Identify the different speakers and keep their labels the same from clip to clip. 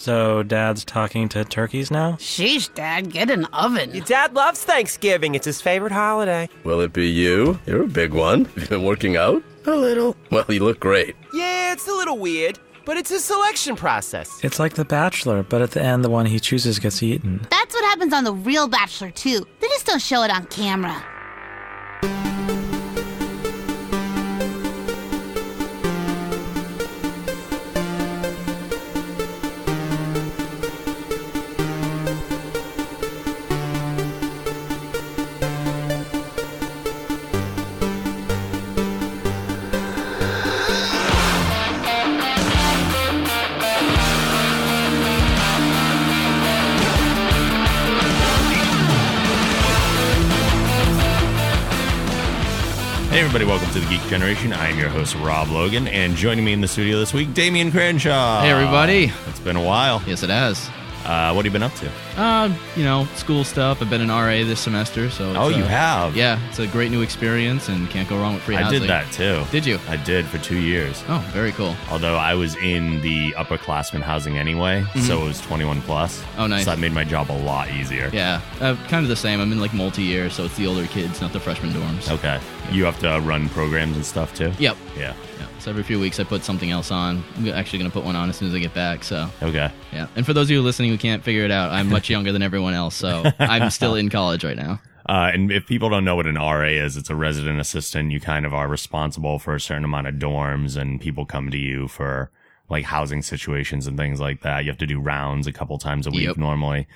Speaker 1: So dad's talking to turkeys now?
Speaker 2: Sheesh, Dad, get an oven.
Speaker 3: Your dad loves Thanksgiving. It's his favorite holiday.
Speaker 4: Will it be you? You're a big one. You been working out? A little. Well, you look great.
Speaker 3: Yeah, it's a little weird, but it's his selection process.
Speaker 1: It's like The Bachelor, but at the end, the one he chooses gets eaten.
Speaker 2: That's what happens on The Real Bachelor, too. They just don't show it on camera.
Speaker 5: Hey everybody, welcome to the Geek Generation. I'm your host Rob Logan, and joining me in the studio this week, Damian Crenshaw.
Speaker 6: Hey, everybody.
Speaker 5: It's been a while.
Speaker 6: Yes, it has.
Speaker 5: Uh, what have you been up to?
Speaker 6: Um, you know, school stuff. I've been an RA this semester, so. It's,
Speaker 5: Oh, you
Speaker 6: uh,
Speaker 5: have.
Speaker 6: Yeah, it's a great new experience, and can't go wrong with free
Speaker 5: I
Speaker 6: housing.
Speaker 5: did that too.
Speaker 6: Did you?
Speaker 5: I did for two years.
Speaker 6: Oh, very cool.
Speaker 5: Although I was in the upperclassmen housing anyway, so it was 21 plus.
Speaker 6: Mm-hmm. Oh, nice.
Speaker 5: So that made my job a lot easier.
Speaker 6: Yeah, uh, kind of the same. I'm in like multi-year, so it's the older kids, not the freshman dorms.
Speaker 5: Okay. You have to run programs and stuff too.
Speaker 6: Yep.
Speaker 5: Yeah.
Speaker 6: Yeah. So every few weeks, I put something else on. I'm actually gonna put one on as soon as I get back. So.
Speaker 5: Okay.
Speaker 6: Yeah. And for those of you listening who can't figure it out, I'm much younger than everyone else, so I'm still in college right now.
Speaker 5: Uh, and if people don't know what an RA is, it's a resident assistant. You kind of are responsible for a certain amount of dorms and people come to you for like housing situations and things like that. You have to do rounds a couple times a week
Speaker 6: Yep.
Speaker 5: normally.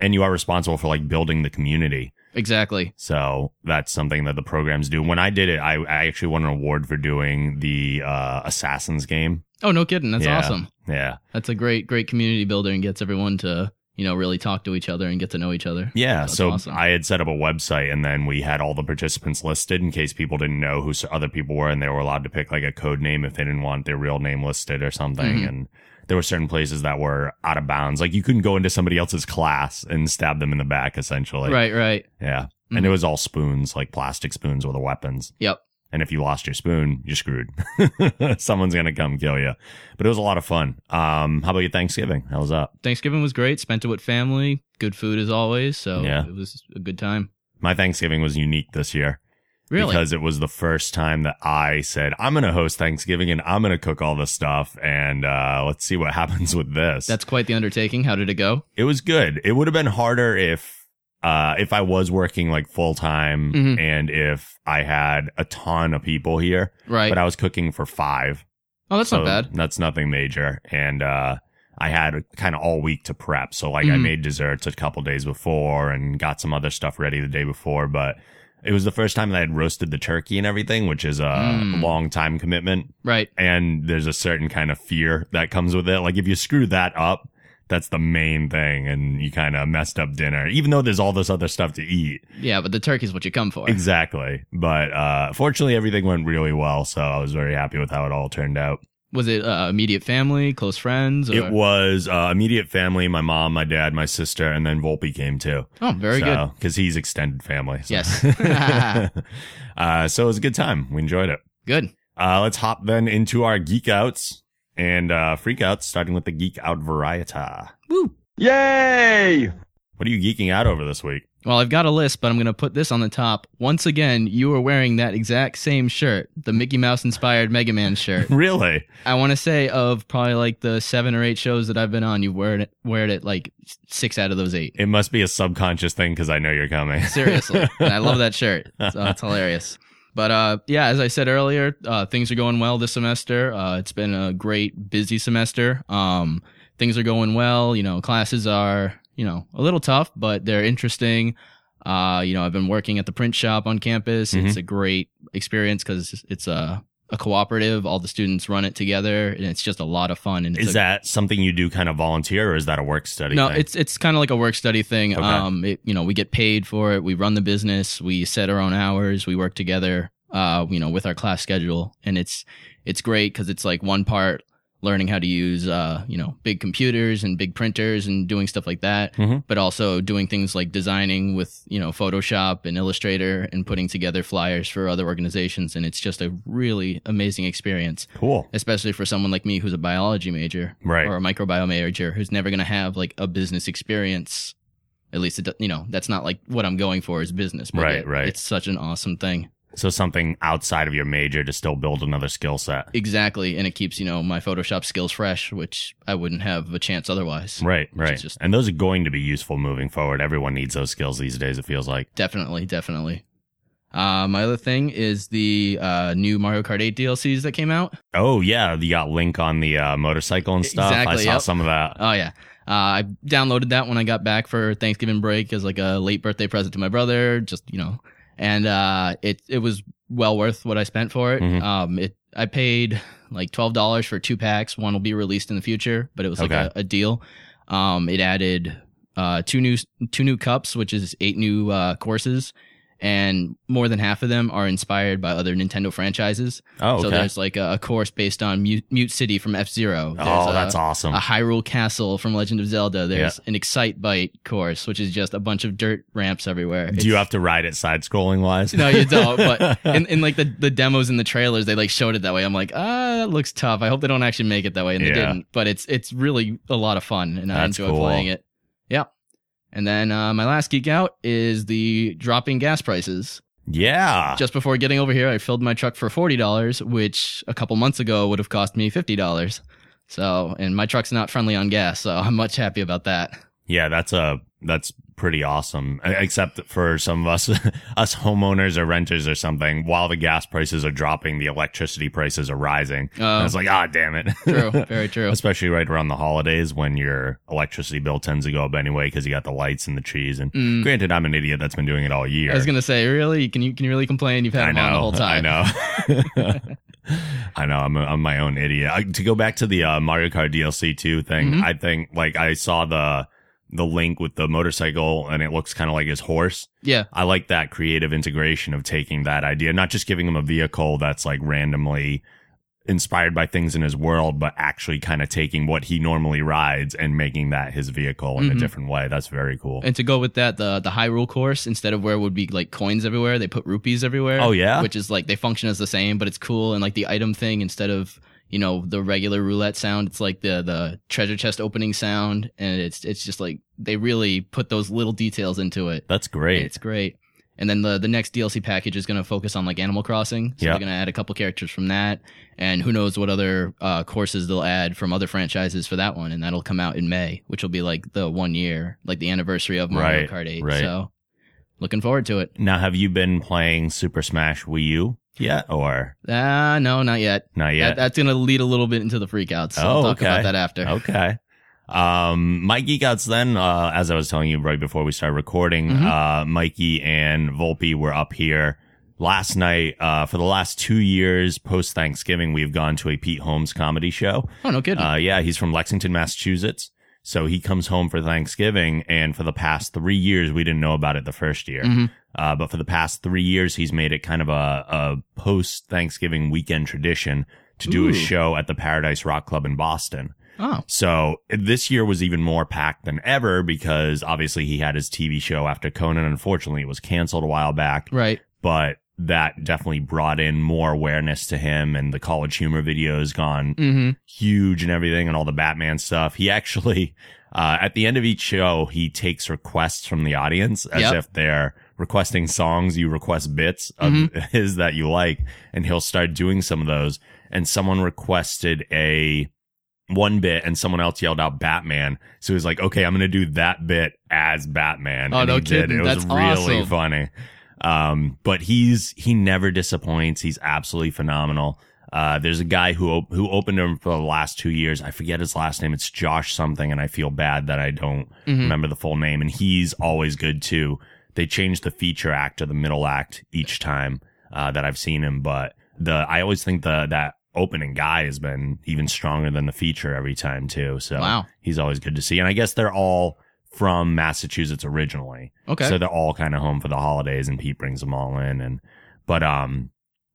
Speaker 5: And you are responsible for like building the community.
Speaker 6: Exactly.
Speaker 5: So that's something that the programs do. When I did it, I, I actually won an award for doing the uh, Assassin's game.
Speaker 6: Oh, no kidding. That's
Speaker 5: Yeah.
Speaker 6: awesome.
Speaker 5: Yeah.
Speaker 6: That's a great, great community builder and gets everyone to, you know, really talk to each other and get to know each other.
Speaker 5: Yeah,
Speaker 6: That's
Speaker 5: so
Speaker 6: awesome.
Speaker 5: I had set up a website, and then we had all the participants listed in case people didn't know who s- other people were, and they were allowed to pick like a code name if they didn't want their real name listed or something.
Speaker 6: Mhm.
Speaker 5: And there were certain places that were out of bounds, like you couldn't go into somebody else's class and stab them in the back, essentially.
Speaker 6: right, right.
Speaker 5: Yeah, and it
Speaker 6: Mhm.
Speaker 5: was all spoons, like plastic spoons, were the weapons.
Speaker 6: Yep.
Speaker 5: And if you lost your spoon, you're screwed. Someone's gonna come kill you. But it was a lot of fun. Um, how about your Thanksgiving? How was that?
Speaker 6: Thanksgiving was great. Spent it with family. Good food as always. So
Speaker 5: Yeah.
Speaker 6: it was a good time.
Speaker 5: My Thanksgiving was unique this year.
Speaker 6: Really?
Speaker 5: Because it was the first time that I said, I'm going to host Thanksgiving and I'm going to cook all this stuff. And uh, let's see what happens with this.
Speaker 6: That's quite the undertaking. How did it go?
Speaker 5: it was good. It would have been harder if uh, if I was working like full time
Speaker 6: Mhm.
Speaker 5: and if I had a ton of people here,
Speaker 6: Right.
Speaker 5: but I was cooking for five.
Speaker 6: oh, that's
Speaker 5: so
Speaker 6: not bad.
Speaker 5: That's nothing major. And uh, I had kind of all week to prep. So like I
Speaker 6: Mhm.
Speaker 5: made desserts a couple days before and got some other stuff ready the day before, but it was the first time that I had roasted the turkey and everything, which is a
Speaker 6: Mm.
Speaker 5: long time commitment.
Speaker 6: Right.
Speaker 5: And there's a certain kind of fear that comes with it. Like if you screw that up, that's the main thing. And you kind of messed up dinner, even though there's all this other stuff to eat.
Speaker 6: Yeah, but the turkey's what you come for.
Speaker 5: Exactly. But, uh, fortunately everything went really well. So I was very happy with how it all turned out.
Speaker 6: Was it uh, immediate family, close friends? Or?
Speaker 5: It was uh, immediate family, my mom, my dad, my sister, and then Volpe came too.
Speaker 6: Oh, very good.
Speaker 5: Because he's extended family. so.
Speaker 6: Yes.
Speaker 5: uh, so it was a good time. We enjoyed it.
Speaker 6: Good.
Speaker 5: Uh, let's hop then into our geek outs and uh, freak outs, starting with the geek out variety.
Speaker 6: Woo.
Speaker 7: Yay!
Speaker 5: What are you geeking out over this week?
Speaker 6: Well, I've got a list, but I'm going to put this on the top. Once again, you are wearing that exact same shirt, the Mickey Mouse inspired Mega Man shirt.
Speaker 5: Really?
Speaker 6: I want to say of probably like the seven or eight shows that I've been on, you've wear it, wear it like s- six out of those eight.
Speaker 5: It must be a subconscious thing because I know you're coming.
Speaker 6: Seriously. and I love that shirt. So it's hilarious. But uh, yeah, as I said earlier, uh, things are going well this semester. Uh, it's been a great, busy semester. Um, things are going well. You know, classes are, you know, a little tough, but they're interesting. Uh, you know, I've been working at the print shop on campus. It's a great experience because it's a, a cooperative. All the students run it together, and it's just a lot of fun. And it's
Speaker 5: Is
Speaker 6: a,
Speaker 5: that something you do kind of volunteer or is that a work study?
Speaker 6: no,
Speaker 5: thing?
Speaker 6: it's it's kind of like a work study thing.
Speaker 5: Okay.
Speaker 6: Um, it, you know, we get paid for it. We run the business. We set our own hours. We work together. Uh, you know, with our class schedule, and it's it's great because it's like one part learning how to use uh, you know big computers and big printers and doing stuff like that
Speaker 5: Mhm.
Speaker 6: but also doing things like designing with you know photoshop and illustrator and putting together flyers for other organizations and it's just a really amazing experience
Speaker 5: Cool.
Speaker 6: especially for someone like me who's a biology major
Speaker 5: Right.
Speaker 6: or a microbiome major who's never going to have like a business experience at least it, do- you know that's not like what i'm going for is business but
Speaker 5: Right,
Speaker 6: it-
Speaker 5: right.
Speaker 6: it's such an awesome thing
Speaker 5: So something outside of your major to still build another skill set.
Speaker 6: exactly and it keeps you know my photoshop skills fresh which i wouldn't have a chance otherwise
Speaker 5: Right,
Speaker 6: is
Speaker 5: right.
Speaker 6: just-
Speaker 5: and those are going to be useful moving forward. Everyone needs those skills these days, it feels like.
Speaker 6: definitely definitely uh, my other thing is the uh, new mario kart 8 dlcs that came out
Speaker 5: Oh, yeah. You got Link on the uh, motorcycle and stuff. I
Speaker 6: Exactly,
Speaker 5: saw
Speaker 6: yep.
Speaker 5: some of that.
Speaker 6: Oh yeah, uh, I downloaded that when I got back for Thanksgiving break as like a late birthday present to my brother. Just you know, and uh, it it was well worth what I spent for it.
Speaker 5: Mhm.
Speaker 6: Um, it I paid like twelve dollars for two packs. One will be released in the future, but it was like
Speaker 5: Okay.
Speaker 6: a, a deal. Um, it added uh two new two new cups, which is eight new uh courses. And more than half of them are inspired by other Nintendo franchises.
Speaker 5: Oh,
Speaker 6: So
Speaker 5: okay.
Speaker 6: there's like a, a course based on Mute, Mute City from F Zero.
Speaker 5: oh, that's awesome.
Speaker 6: uh, A Hyrule Castle from Legend of Zelda. There's an Excite Bite course, which is just a bunch of dirt ramps everywhere.
Speaker 5: Do you have to ride it side scrolling wise?
Speaker 6: No, you don't. But in, in like the, the demos and the trailers, they like showed it that way. I'm like, ah, that looks tough. I hope they don't actually make it that way, and
Speaker 5: Yeah.
Speaker 6: they didn't. But it's it's really a lot of fun, and I
Speaker 5: That's
Speaker 6: enjoy
Speaker 5: cool.
Speaker 6: playing it. Yeah. And then uh, my last geek out is the dropping gas prices.
Speaker 5: yeah.
Speaker 6: Just before getting over here, I filled my truck for forty dollars, which a couple months ago would have cost me fifty dollars. So, and my truck's not friendly on gas, so I'm much happy about that.
Speaker 5: Yeah, that's a that's pretty awesome. E- Except for some of us, us homeowners or renters or something. While the gas prices are dropping, the electricity prices are rising.
Speaker 6: Oh.
Speaker 5: and it's like, ah, damn it.
Speaker 6: True, very true.
Speaker 5: Especially right around the holidays when your electricity bill tends to go up anyway because you got the lights and the trees. And
Speaker 6: Mm.
Speaker 5: granted, I'm an idiot that's been doing it all year.
Speaker 6: I was gonna say, really, can you can you really complain? You've had
Speaker 5: I
Speaker 6: him on the whole time.
Speaker 5: I know. I know. I'm, a, I'm my own idiot. I, to go back to the uh, Mario Kart DLC 2 thing,
Speaker 6: Mhm.
Speaker 5: I think like I saw the the link with the motorcycle and it looks kind of like his horse.
Speaker 6: Yeah,
Speaker 5: I like that creative integration of taking that idea, not just giving him a vehicle that's like randomly inspired by things in his world, but actually kind of taking what he normally rides and making that his vehicle in a
Speaker 6: Mhm.
Speaker 5: different way. That's very cool.
Speaker 6: and to go with that, the the Hyrule course instead of where would be like coins everywhere, they put rupees everywhere.
Speaker 5: Oh, yeah?
Speaker 6: which is like they function as the same, but it's cool. And like the item thing instead of you know the regular roulette sound, it's like the the treasure chest opening sound, and it's it's just like they really put those little details into it.
Speaker 5: that's great.
Speaker 6: It's great. And then the the next DLC package is going to focus on like Animal Crossing. So
Speaker 5: Yeah.
Speaker 6: they're going to add a couple characters from that, and who knows what other uh, courses they'll add from other franchises for that one. And that'll come out in May, which will be like the one year, like the anniversary of Mario
Speaker 5: Right,
Speaker 6: Kart Eight.
Speaker 5: right.
Speaker 6: So looking forward to it.
Speaker 5: Now, have you been playing Super Smash Wii U yet, or
Speaker 6: Ah, no, not yet.
Speaker 5: not yet?
Speaker 6: That, that's going to lead a little bit into the freakouts. So I'll
Speaker 5: Oh,
Speaker 6: talk
Speaker 5: okay.
Speaker 6: about that after.
Speaker 5: okay. Um, my geek outs then, uh, as I was telling you right before we started recording,
Speaker 6: Mhm.
Speaker 5: uh, Mikey and Volpe were up here last night. Uh, for the last two years post Thanksgiving, we've gone to a Pete Holmes comedy show.
Speaker 6: Oh no, kidding.
Speaker 5: Uh, yeah, he's from Lexington, Massachusetts. So he comes home for Thanksgiving, and for the past three years, we didn't know about it the first year.
Speaker 6: Mhm.
Speaker 5: Uh, but for the past three years, he's made it kind of a, a post Thanksgiving weekend tradition to do
Speaker 6: Ooh.
Speaker 5: a show at the Paradise Rock Club in Boston.
Speaker 6: oh,
Speaker 5: So this year was even more packed than ever because obviously he had his TV show after Conan. Unfortunately, it was canceled a while back,
Speaker 6: right.
Speaker 5: but that definitely brought in more awareness to him and the college humor video has gone
Speaker 6: Mm-hmm.
Speaker 5: huge and everything and all the Batman stuff. He actually, uh, at the end of each show, he takes requests from the audience as
Speaker 6: Yep.
Speaker 5: if they're requesting songs. You request bits of
Speaker 6: Mm-hmm.
Speaker 5: his that you like and he'll start doing some of those. And someone requested a one bit and someone else yelled out Batman. So he was like, okay, I'm going to do that bit as Batman.
Speaker 6: Oh,
Speaker 5: and
Speaker 6: no
Speaker 5: he did.
Speaker 6: kidding.
Speaker 5: It was
Speaker 6: That's
Speaker 5: really
Speaker 6: awesome.
Speaker 5: funny. Um, but he's, he never disappoints. He's absolutely phenomenal. Uh, there's a guy who op- who opened him for the last two years. I forget his last name. It's Josh something, and I feel bad that I don't remember the full name. And he's always good too. They change the feature act or the middle act each time uh, that I've seen him, but the I always think the that opening guy has been even stronger than the feature every time too. So
Speaker 6: Wow.
Speaker 5: he's always good to see. And I guess they're all from Massachusetts originally.
Speaker 6: Okay.
Speaker 5: So they're all kind of home for the holidays and Pete brings them all in and but um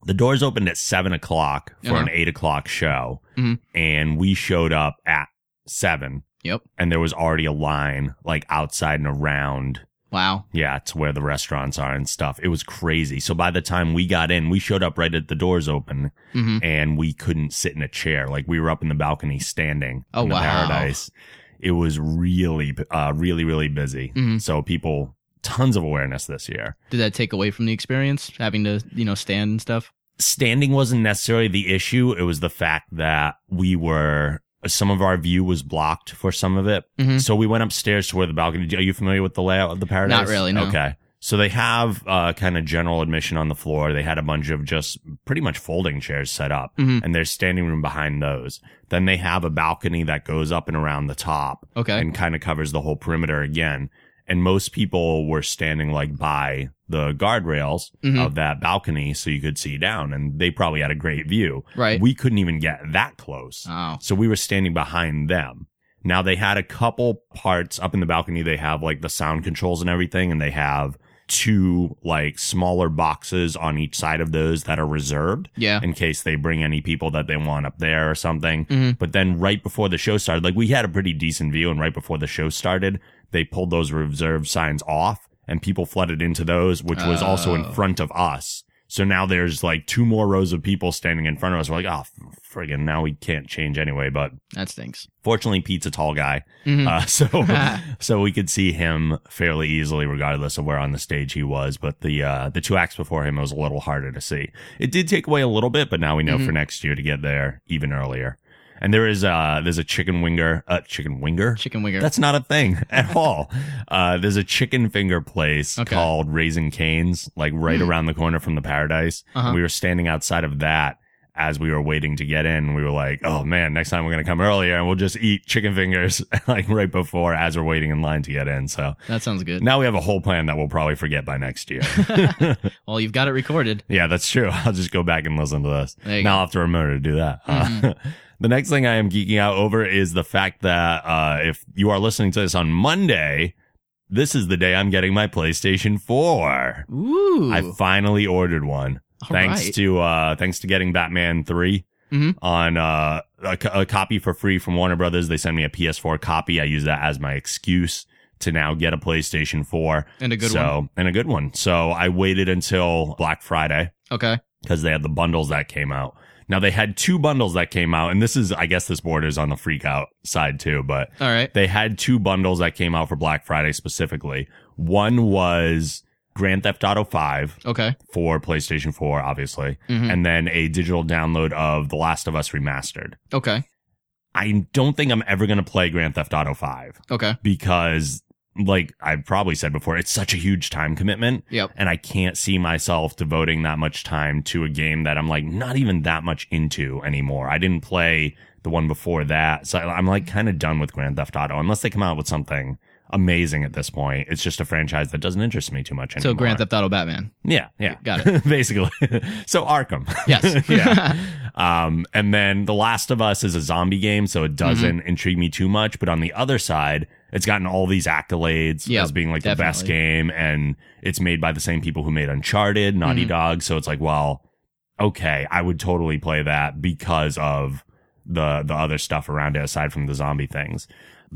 Speaker 5: the doors opened at seven o'clock for
Speaker 6: Uh-huh.
Speaker 5: an eight o'clock show,
Speaker 6: Mhm.
Speaker 5: and we showed up at seven,
Speaker 6: Yep.
Speaker 5: and there was already a line like outside and around.
Speaker 6: Wow.
Speaker 5: Yeah, to where the restaurants are and stuff. It was crazy. So by the time we got in, we showed up right at the doors open,
Speaker 6: hmm
Speaker 5: and we couldn't sit in a chair. Like we were up in the balcony standing.
Speaker 6: Oh,
Speaker 5: in the
Speaker 6: wow.
Speaker 5: Paradise. It was really, uh, really, really busy.
Speaker 6: Mhm.
Speaker 5: So people, tons of awareness this year.
Speaker 6: Did that take away from the experience, having to you know stand and stuff?
Speaker 5: Standing wasn't necessarily the issue. It was the fact that we were. Some of our view was blocked for some of it.
Speaker 6: Mhm.
Speaker 5: So we went upstairs to where the balcony. Are you familiar with the layout of the paradise?
Speaker 6: really, no.
Speaker 5: Okay. So they have uh, kind of general admission on the floor. They had a bunch of just pretty much folding chairs set up,
Speaker 6: Mhm.
Speaker 5: and there's standing room behind those. Then they have a balcony that goes up and around the top
Speaker 6: Okay.
Speaker 5: and kind of covers the whole perimeter again. And most people were standing like by the guardrails
Speaker 6: Mhm.
Speaker 5: of that balcony so you could see down, and they probably had a great view.
Speaker 6: Right.
Speaker 5: We couldn't even get that close.
Speaker 6: oh.
Speaker 5: So we were standing behind them. Now they had a couple parts up in the balcony. They have like the sound controls and everything, and they have two like smaller boxes on each side of those that are reserved
Speaker 6: Yeah.
Speaker 5: in case they bring any people that they want up there or something.
Speaker 6: Mhm.
Speaker 5: But then right before the show started, like we had a pretty decent view, and right before the show started, they pulled those reserve signs off and people flooded into those, which was also in
Speaker 6: Oh.
Speaker 5: front of us. So now there's like two more rows of people standing in front of us. We're like, oh, friggin', now we can't change anyway. But
Speaker 6: That stinks.
Speaker 5: fortunately, Pete's a tall guy.
Speaker 6: Mhm.
Speaker 5: Uh, so, so we could see him fairly easily, regardless of where on the stage he was. But the uh, the two acts before him it was a little harder to see. It did take away a little bit, but now we know for next year to get there even earlier. And there is uh there's a chicken winger, uh, chicken winger,
Speaker 6: Chicken winger.
Speaker 5: That's not a thing at all. uh, there's a chicken finger place
Speaker 6: Okay. Hmm.
Speaker 5: called Raising Canes, like right around the corner from the Paradise.
Speaker 6: Uh-huh.
Speaker 5: We were standing outside of that as we were waiting to get in. We were like, "Oh man, next time we're gonna come earlier and we'll just eat chicken fingers like right before as we're waiting in line to get in." So
Speaker 6: that sounds good.
Speaker 5: now we have a whole plan that we'll probably forget by next year.
Speaker 6: Well, you've got it recorded.
Speaker 5: Yeah, that's true. I'll just go back and listen to this.
Speaker 6: There you
Speaker 5: now
Speaker 6: go. Mm-hmm.
Speaker 5: I'll have to remember to do that. Uh, the next thing I am geeking out over is the fact that uh, if you are listening to this on Monday, this is the day I'm getting my PlayStation 4.
Speaker 6: Ooh.
Speaker 5: I finally ordered one.
Speaker 6: All
Speaker 5: thanks
Speaker 6: right.
Speaker 5: to uh, thanks to getting Batman 3
Speaker 6: Mhm.
Speaker 5: on uh, a, co- a copy for free from Warner Brothers. They sent me a PS4 copy. I use that as my excuse to now get a PlayStation 4.
Speaker 6: and a good
Speaker 5: so,
Speaker 6: one.
Speaker 5: And a good one. So I waited until Black Friday
Speaker 6: Okay.
Speaker 5: because they had the bundles that came out. Now they had two bundles that came out, and this is, I guess, this borders on the freak out side too, but
Speaker 6: All right.
Speaker 5: they had two bundles that came out for Black Friday specifically. One was Grand Theft Auto 5
Speaker 6: Okay.
Speaker 5: for PlayStation 4, obviously,
Speaker 6: Mhm.
Speaker 5: and then a digital download of The Last of Us Remastered.
Speaker 6: Okay.
Speaker 5: I don't think I'm ever going to play Grand Theft Auto 5
Speaker 6: Okay.
Speaker 5: because, like I've probably said before, it's such a huge time commitment
Speaker 6: Yep.
Speaker 5: and I can't see myself devoting that much time to a game that I'm like not even that much into anymore. I didn't play the one before that, so I'm like kind of done with Grand Theft Auto unless they come out with something amazing at this point. It's just a franchise that doesn't interest me too much anymore.
Speaker 6: So Grand Theft Auto Batman.
Speaker 5: yeah, yeah,
Speaker 6: Got it.
Speaker 5: basically. so Arkham,
Speaker 6: Yes.
Speaker 5: yeah. Um, and then The Last of Us is a zombie game, so
Speaker 6: Mm-hmm.
Speaker 5: it doesn't intrigue me too much. But on the other side, it's gotten all these accolades
Speaker 6: Yep,
Speaker 5: as being like the best
Speaker 6: definitely.
Speaker 5: game, and it's made by the same people who made Uncharted, Naughty
Speaker 6: Mm-hmm.
Speaker 5: Dog. So it's like, well, okay, I would totally play that because of the the other stuff around it, aside from the zombie things.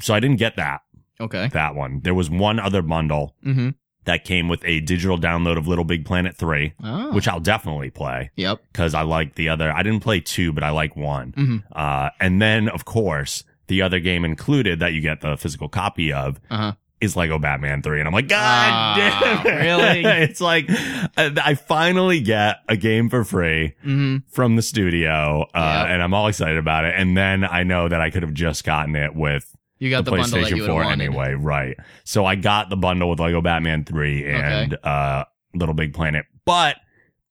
Speaker 5: So I didn't get that
Speaker 6: Okay.
Speaker 5: that one. There was one other bundle
Speaker 6: Mm-hmm.
Speaker 5: that came with a digital download of Little Big Planet three,
Speaker 6: Oh.
Speaker 5: which I'll definitely play
Speaker 6: Yep.
Speaker 5: because I like the other. I didn't play two, but I like one.
Speaker 6: Mhm.
Speaker 5: Uh, and then, of course, the other game included that you get the physical copy of
Speaker 6: Uh huh.
Speaker 5: is Lego Batman 3. And I'm like, God
Speaker 6: Ah,
Speaker 5: damn it.
Speaker 6: really?
Speaker 5: it's like, I I finally get a game for free
Speaker 6: Mm-hmm.
Speaker 5: from the studio. Uh,
Speaker 6: Yeah.
Speaker 5: and I'm all excited about it. And then I know that I could have just gotten it with
Speaker 6: You got
Speaker 5: the
Speaker 6: the, bundle that you
Speaker 5: PlayStation
Speaker 6: would have
Speaker 5: 4
Speaker 6: wanted.
Speaker 5: anyway, right? So I got the bundle with Lego Batman 3 and uh Little Big Planet. But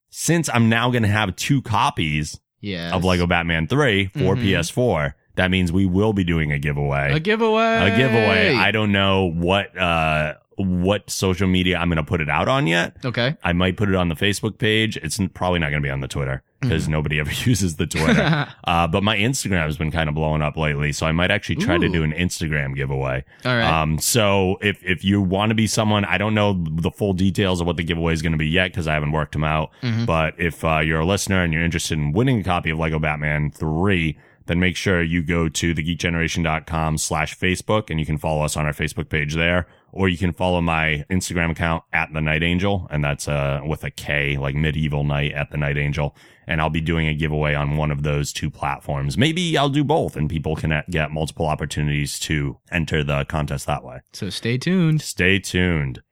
Speaker 5: since I'm now going to have two copies
Speaker 6: Yeah.
Speaker 5: of Lego Batman 3 for
Speaker 6: Mhm.
Speaker 5: PS4, that means we will be doing a giveaway.
Speaker 6: A giveaway.
Speaker 5: A giveaway. I don't know what uh what social media I'm going to put it out on yet.
Speaker 6: Okay.
Speaker 5: I might put it on the Facebook page. It's n- probably not going to be on the Twitter
Speaker 6: Mm.
Speaker 5: because nobody ever uses the Twitter. uh, but my Instagram has been kind of blowing up lately, so I might actually try to
Speaker 6: Ooh.
Speaker 5: do an Instagram giveaway.
Speaker 6: All right.
Speaker 5: Um, so if if you want to be someone, I don't know the full details of what the giveaway is going to be yet because I haven't worked them out.
Speaker 6: Mm-hmm.
Speaker 5: But if uh, you're a listener and you're interested in winning a copy of Lego Batman Three. Then make sure you go to thegeekgeneration.com slash Facebook and you can follow us on our Facebook page there. Or you can follow my Instagram account at the Night Angel, and that's uh with a K, like medieval night at the Night Angel. And I'll be doing a giveaway on one of those two platforms. Maybe I'll do both, and people can uh, get multiple opportunities to enter the contest that way.
Speaker 6: So stay tuned.
Speaker 5: Stay tuned.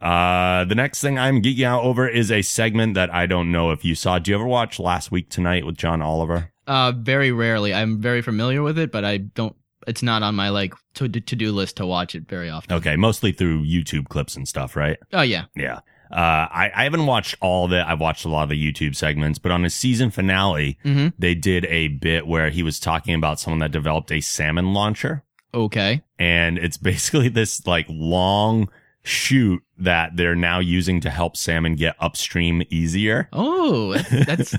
Speaker 5: Uh, the next thing I'm geeking out over is a segment that I don't know if you saw. Do you ever watch Last Week Tonight with John Oliver?
Speaker 6: Uh, very rarely. I'm very familiar with it, but I don't. It's not on my like to to do list to watch it very often.
Speaker 5: Okay, mostly through YouTube clips and stuff, right?
Speaker 6: Oh yeah.
Speaker 5: Yeah. Uh, I, I haven't watched all of it. I've watched a lot of the YouTube segments, but on his season finale,
Speaker 6: Mhm.
Speaker 5: they did a bit where he was talking about someone that developed a salmon launcher.
Speaker 6: Okay.
Speaker 5: And it's basically this like long shoot that they're now using to help salmon get upstream easier.
Speaker 6: Oh, that's, that's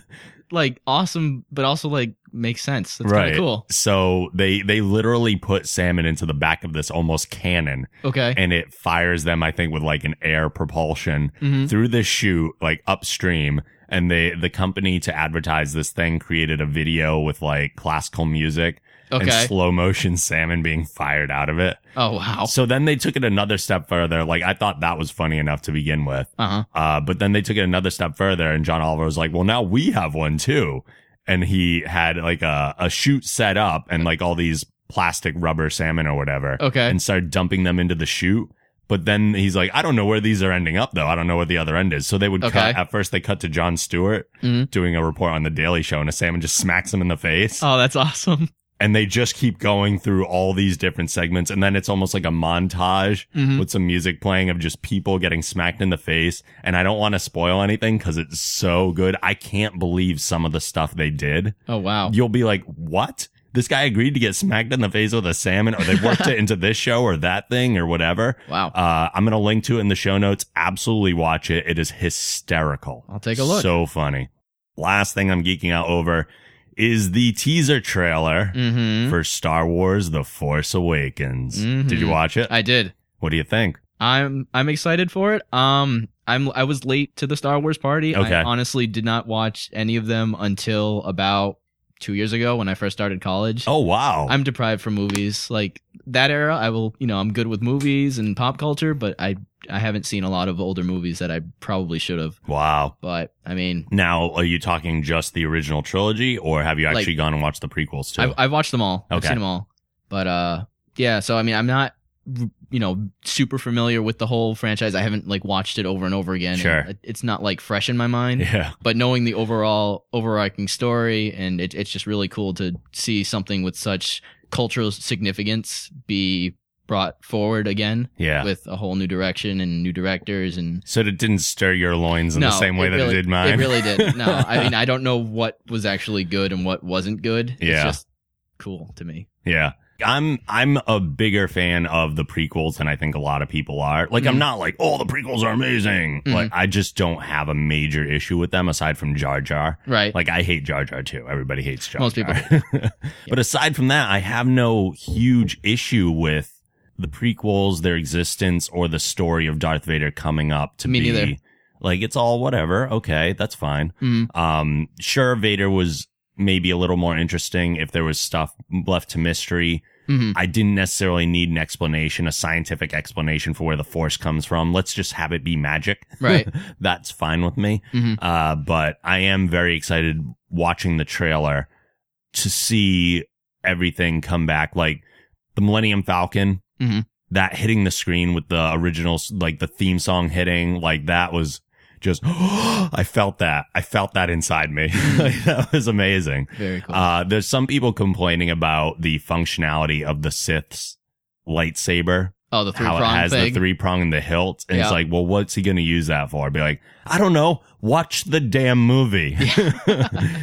Speaker 6: like awesome, but also like makes sense. That's kind of cool.
Speaker 5: So they, they literally put salmon into the back of this almost cannon
Speaker 6: Okay.
Speaker 5: and it fires them, I think, with like an air propulsion
Speaker 6: Mhm.
Speaker 5: through the chute, like upstream. And they, the company to advertise this thing created a video with like classical music
Speaker 6: Okay.
Speaker 5: and slow motion salmon being fired out of it.
Speaker 6: oh wow.
Speaker 5: So then they took it another step further. Like I thought that was funny enough to begin with.
Speaker 6: Uh huh.
Speaker 5: Uh, but then they took it another step further and John Oliver was like, well, now we have one too. And he had like a, a chute set up and like all these plastic rubber salmon or whatever.
Speaker 6: Okay.
Speaker 5: And started dumping them into the chute. But then he's like, I don't know where these are ending up though. I don't know where the other end is. So they would
Speaker 6: Okay.
Speaker 5: cut at first they cut to John Stewart
Speaker 6: Mhm.
Speaker 5: doing a report on the Daily Show and a salmon just smacks him in the face
Speaker 6: Oh, that's awesome.
Speaker 5: and they just keep going through all these different segments and then it's almost like a montage
Speaker 6: Mhm.
Speaker 5: with some music playing of just people getting smacked in the face and i don't want to spoil anything because it's so good i can't believe some of the stuff they did
Speaker 6: Oh wow.
Speaker 5: you'll be like what this guy agreed to get smacked in the face with a salmon or they worked it into this show or that thing or whatever
Speaker 6: Wow.
Speaker 5: uh, i'm gonna link to it in the show notes absolutely watch it it is hysterical
Speaker 6: I'll take a look.
Speaker 5: so funny last thing i'm geeking out over is the teaser trailer
Speaker 6: mm-hmm.
Speaker 5: for Star Wars The Force Awakens.
Speaker 6: Mhm.
Speaker 5: Did you watch it?
Speaker 6: I did.
Speaker 5: what do you think?
Speaker 6: I'm I'm excited for it. Um, I'm I was late to the Star Wars party.
Speaker 5: Okay.
Speaker 6: I honestly did not watch any of them until about two years ago when I first started college.
Speaker 5: Oh, wow.
Speaker 6: I'm deprived from movies like that era. I will, you know, I'm good with movies and pop culture, but I I haven't seen a lot of older movies that I probably should have.
Speaker 5: wow.
Speaker 6: But I mean,
Speaker 5: Now, are you talking just the original trilogy or have you actually gone and watched the prequels too?
Speaker 6: I've, I've watched them all. I've
Speaker 5: Okay.
Speaker 6: seen them all. But uh, yeah. So I mean, I'm not you know super familiar with the whole franchise. I haven't like watched it over and over again.
Speaker 5: Sure.
Speaker 6: And it- It's not like fresh in my mind.
Speaker 5: yeah.
Speaker 6: But knowing the overall overarching story, and it, it's just really cool to see something with such cultural significance be brought forward again
Speaker 5: Yeah.
Speaker 6: with a whole new direction and new directors and
Speaker 5: so it didn't stir your loins in the same way that
Speaker 6: really-
Speaker 5: it did mine?
Speaker 6: It really did. No, I mean, I don't know what was actually good and what wasn't good.
Speaker 5: Yeah.
Speaker 6: It's just cool to me.
Speaker 5: Yeah. I'm I'm a bigger fan of the prequels than I think a lot of people are. Like I'm
Speaker 6: Mhm.
Speaker 5: not like, oh, the prequels are amazing.
Speaker 6: Mhm.
Speaker 5: Like I just don't have a major issue with them aside from Jar Jar.
Speaker 6: Right.
Speaker 5: Like I hate Jar Jar too. Everybody hates Jar.
Speaker 6: Most
Speaker 5: Jar. but aside from that, I have no huge issue with the prequels, their existence, or the story of Darth Vader coming up to
Speaker 6: Me
Speaker 5: be
Speaker 6: neither.
Speaker 5: like it's all whatever. Okay, that's fine.
Speaker 6: Mm.
Speaker 5: Um, sure, Vader was maybe a little more interesting if there was stuff left to mystery.
Speaker 6: Mhm.
Speaker 5: I didn't necessarily need an explanation, a scientific explanation for where the force comes from. Let's just have it be magic.
Speaker 6: Right.
Speaker 5: That's fine with me.
Speaker 6: Mhm.
Speaker 5: Uh, but I am very excited watching the trailer to see everything come back. Like the Millennium Falcon,
Speaker 6: Mhm.
Speaker 5: that hitting the screen with the original, like the theme song hitting, like that was just, I felt that. I felt that inside me. like, that was amazing.
Speaker 6: Very cool.
Speaker 5: Uh, there's some people complaining about the functionality of the Sith's lightsaber
Speaker 6: oh, the three
Speaker 5: how it
Speaker 6: prong
Speaker 5: has
Speaker 6: thing.
Speaker 5: the three prong and the hilt. And it's
Speaker 6: Yeah.
Speaker 5: like, well, what's he going to use that for? I'd be like, I don't know. Watch the damn movie.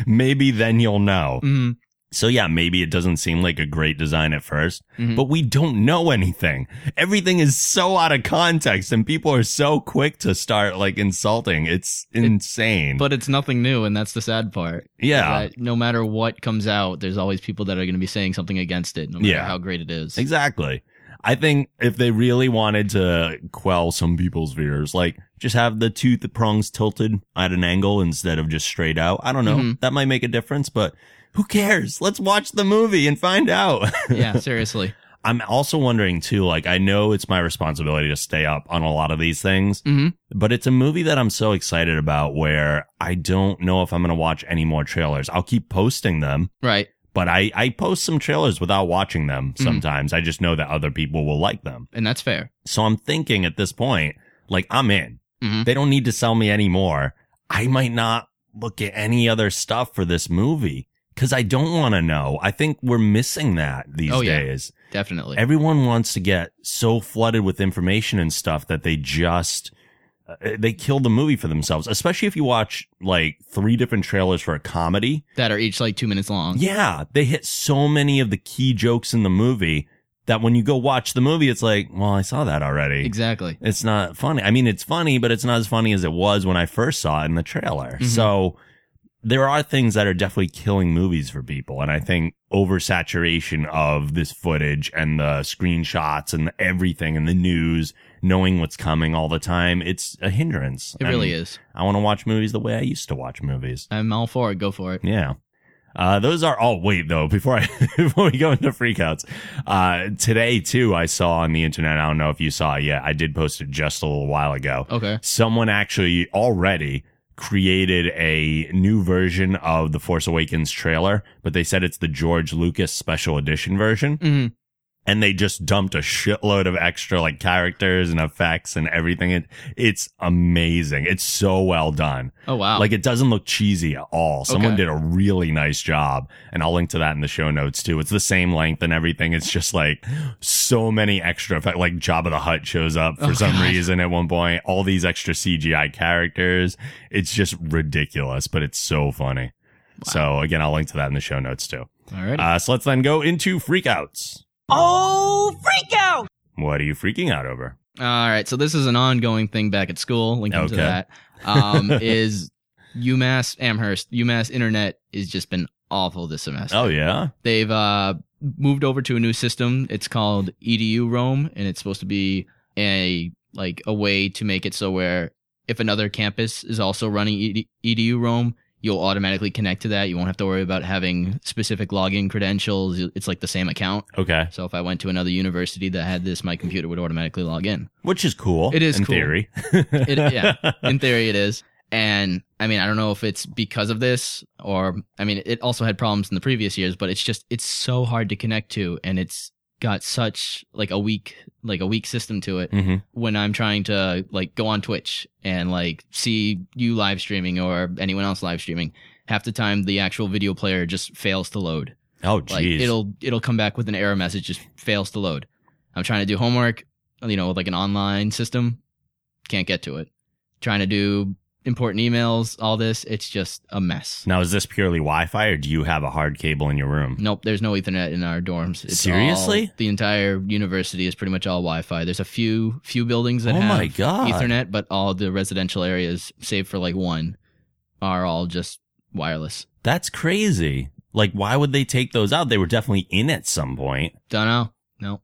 Speaker 5: Maybe then you'll know.
Speaker 6: Mhm.
Speaker 5: So yeah, maybe it doesn't seem like a great design at 1st
Speaker 6: Mm-hmm.
Speaker 5: but we don't know anything. Everything is so out of context and people are so quick to start like insulting. It's insane.
Speaker 6: But it's nothing new, and that's the sad part.
Speaker 5: yeah.
Speaker 6: That no matter what comes out, there's always people that are going to be saying something against it, no matter
Speaker 5: Yeah.
Speaker 6: how great it is.
Speaker 5: Exactly. I think if they really wanted to quell some people's fears, like just have the two th- prongs tilted at an angle instead of just straight out. I don't know.
Speaker 6: Mhm.
Speaker 5: That might make a difference, but who cares? Let's watch the movie and find out.
Speaker 6: yeah, seriously.
Speaker 5: I'm also wondering too, like, I know it's my responsibility to stay up on a lot of these things,
Speaker 6: Mm-hmm.
Speaker 5: but it's a movie that I'm so excited about where I don't know if I'm going to watch any more trailers. I'll keep posting them
Speaker 6: Right.
Speaker 5: but I, I post some trailers without watching them
Speaker 6: Mm-hmm.
Speaker 5: sometimes. I just know that other people will like them.
Speaker 6: And that's fair.
Speaker 5: So I'm thinking at this point, like, I'm in.
Speaker 6: Mhm.
Speaker 5: They don't need to sell me anymore. I might not look at any other stuff for this movie because I don't want to know. I think we're missing that these
Speaker 6: Oh, yeah.
Speaker 5: days.
Speaker 6: Definitely.
Speaker 5: Everyone wants to get so flooded with information and stuff that they just. uh, They kill the movie for themselves, especially if you watch like three different trailers for a comedy.
Speaker 6: that are each like two minutes long.
Speaker 5: Yeah, they hit so many of the key jokes in the movie that when you go watch the movie, it's like, well, I saw that already.
Speaker 6: Exactly.
Speaker 5: It's not funny. I mean, it's funny, but it's not as funny as it was when I first saw it in the trailer.
Speaker 6: Mhm.
Speaker 5: So there are things that are definitely killing movies for people. And I think oversaturation of this footage and the screenshots and everything and the news, knowing what's coming all the time, it's a hindrance.
Speaker 6: It really is.
Speaker 5: I want to watch movies the way I used to watch movies.
Speaker 6: I'm all for it. Go for it.
Speaker 5: Yeah. Uh, those are all. wait, though, before I before we go into freakouts, uh, today too, I saw on the internet. I don't know if you saw it yet. I did post it just a little while ago.
Speaker 6: Okay.
Speaker 5: Someone actually already created a new version of the Force Awakens trailer, but they said it's the George Lucas special edition version,
Speaker 6: hmm
Speaker 5: and they just dumped a shitload of extra like characters and effects and everything. It, it's amazing. It's so well done.
Speaker 6: Oh wow.
Speaker 5: Like it doesn't look cheesy at all. Someone
Speaker 6: Okay.
Speaker 5: did a really nice job, and I'll link to that in the show notes too. It's the same length and everything. It's just like so many extra effect. Like Job of the Hutt shows up for
Speaker 6: Oh,
Speaker 5: some
Speaker 6: God.
Speaker 5: reason at one point. All these extra CGI characters. It's just ridiculous, but it's so funny. So again, I'll link to that in the show notes too.
Speaker 6: all right.
Speaker 5: Uh, so let's then go into freakouts.
Speaker 7: Oh, freak out!
Speaker 5: What are you freaking out over?
Speaker 6: all right. So this is an ongoing thing back at school. Link into
Speaker 5: Okay.
Speaker 6: that. Um, is UMass Amherst UMass internet has just been awful this semester.
Speaker 5: Oh yeah,
Speaker 6: They've uh, moved over to a new system. It's called E EDU Roam, and it's supposed to be a like a way to make it so where if another campus is also running E ED- EDU Roam, you'll automatically connect to that. You won't have to worry about having specific login credentials. It's like the same account.
Speaker 5: okay,
Speaker 6: So if I went to another university that had this, my computer would automatically log in.
Speaker 5: which is cool.
Speaker 6: It is
Speaker 5: in
Speaker 6: cool.
Speaker 5: theory.
Speaker 6: yeah. In theory, it is. And I mean, I don't know if it's because of this or, I mean, it also had problems in the previous years, but it's just, it's so hard to connect to and it's got such like a weak, like a weak system to it
Speaker 5: hmm
Speaker 6: when I'm trying to like go on Twitch and like see you live streaming or anyone else live streaming. Half the time, the actual video player just fails to load.
Speaker 5: Oh
Speaker 6: Like
Speaker 5: jeez.
Speaker 6: it'll it'll come back with an error message, just fails to load. I'm trying to do homework, you know, with like an online system, can't get to it. Trying to do important emails, all this, it's just a mess.
Speaker 5: Now, is this purely Wi-Fi, or do you have a hard cable in your room?
Speaker 6: Nope, there's no Ethernet in our dorms. It's
Speaker 5: Seriously?
Speaker 6: all- the entire university is pretty much all Wi-Fi. There's a few few buildings that
Speaker 5: Oh
Speaker 6: have
Speaker 5: my God.
Speaker 6: Ethernet, but all the residential areas, save for like one, are all just wireless.
Speaker 5: That's crazy. Like, why would they take those out? They were definitely in at some point.
Speaker 6: Don't know. No,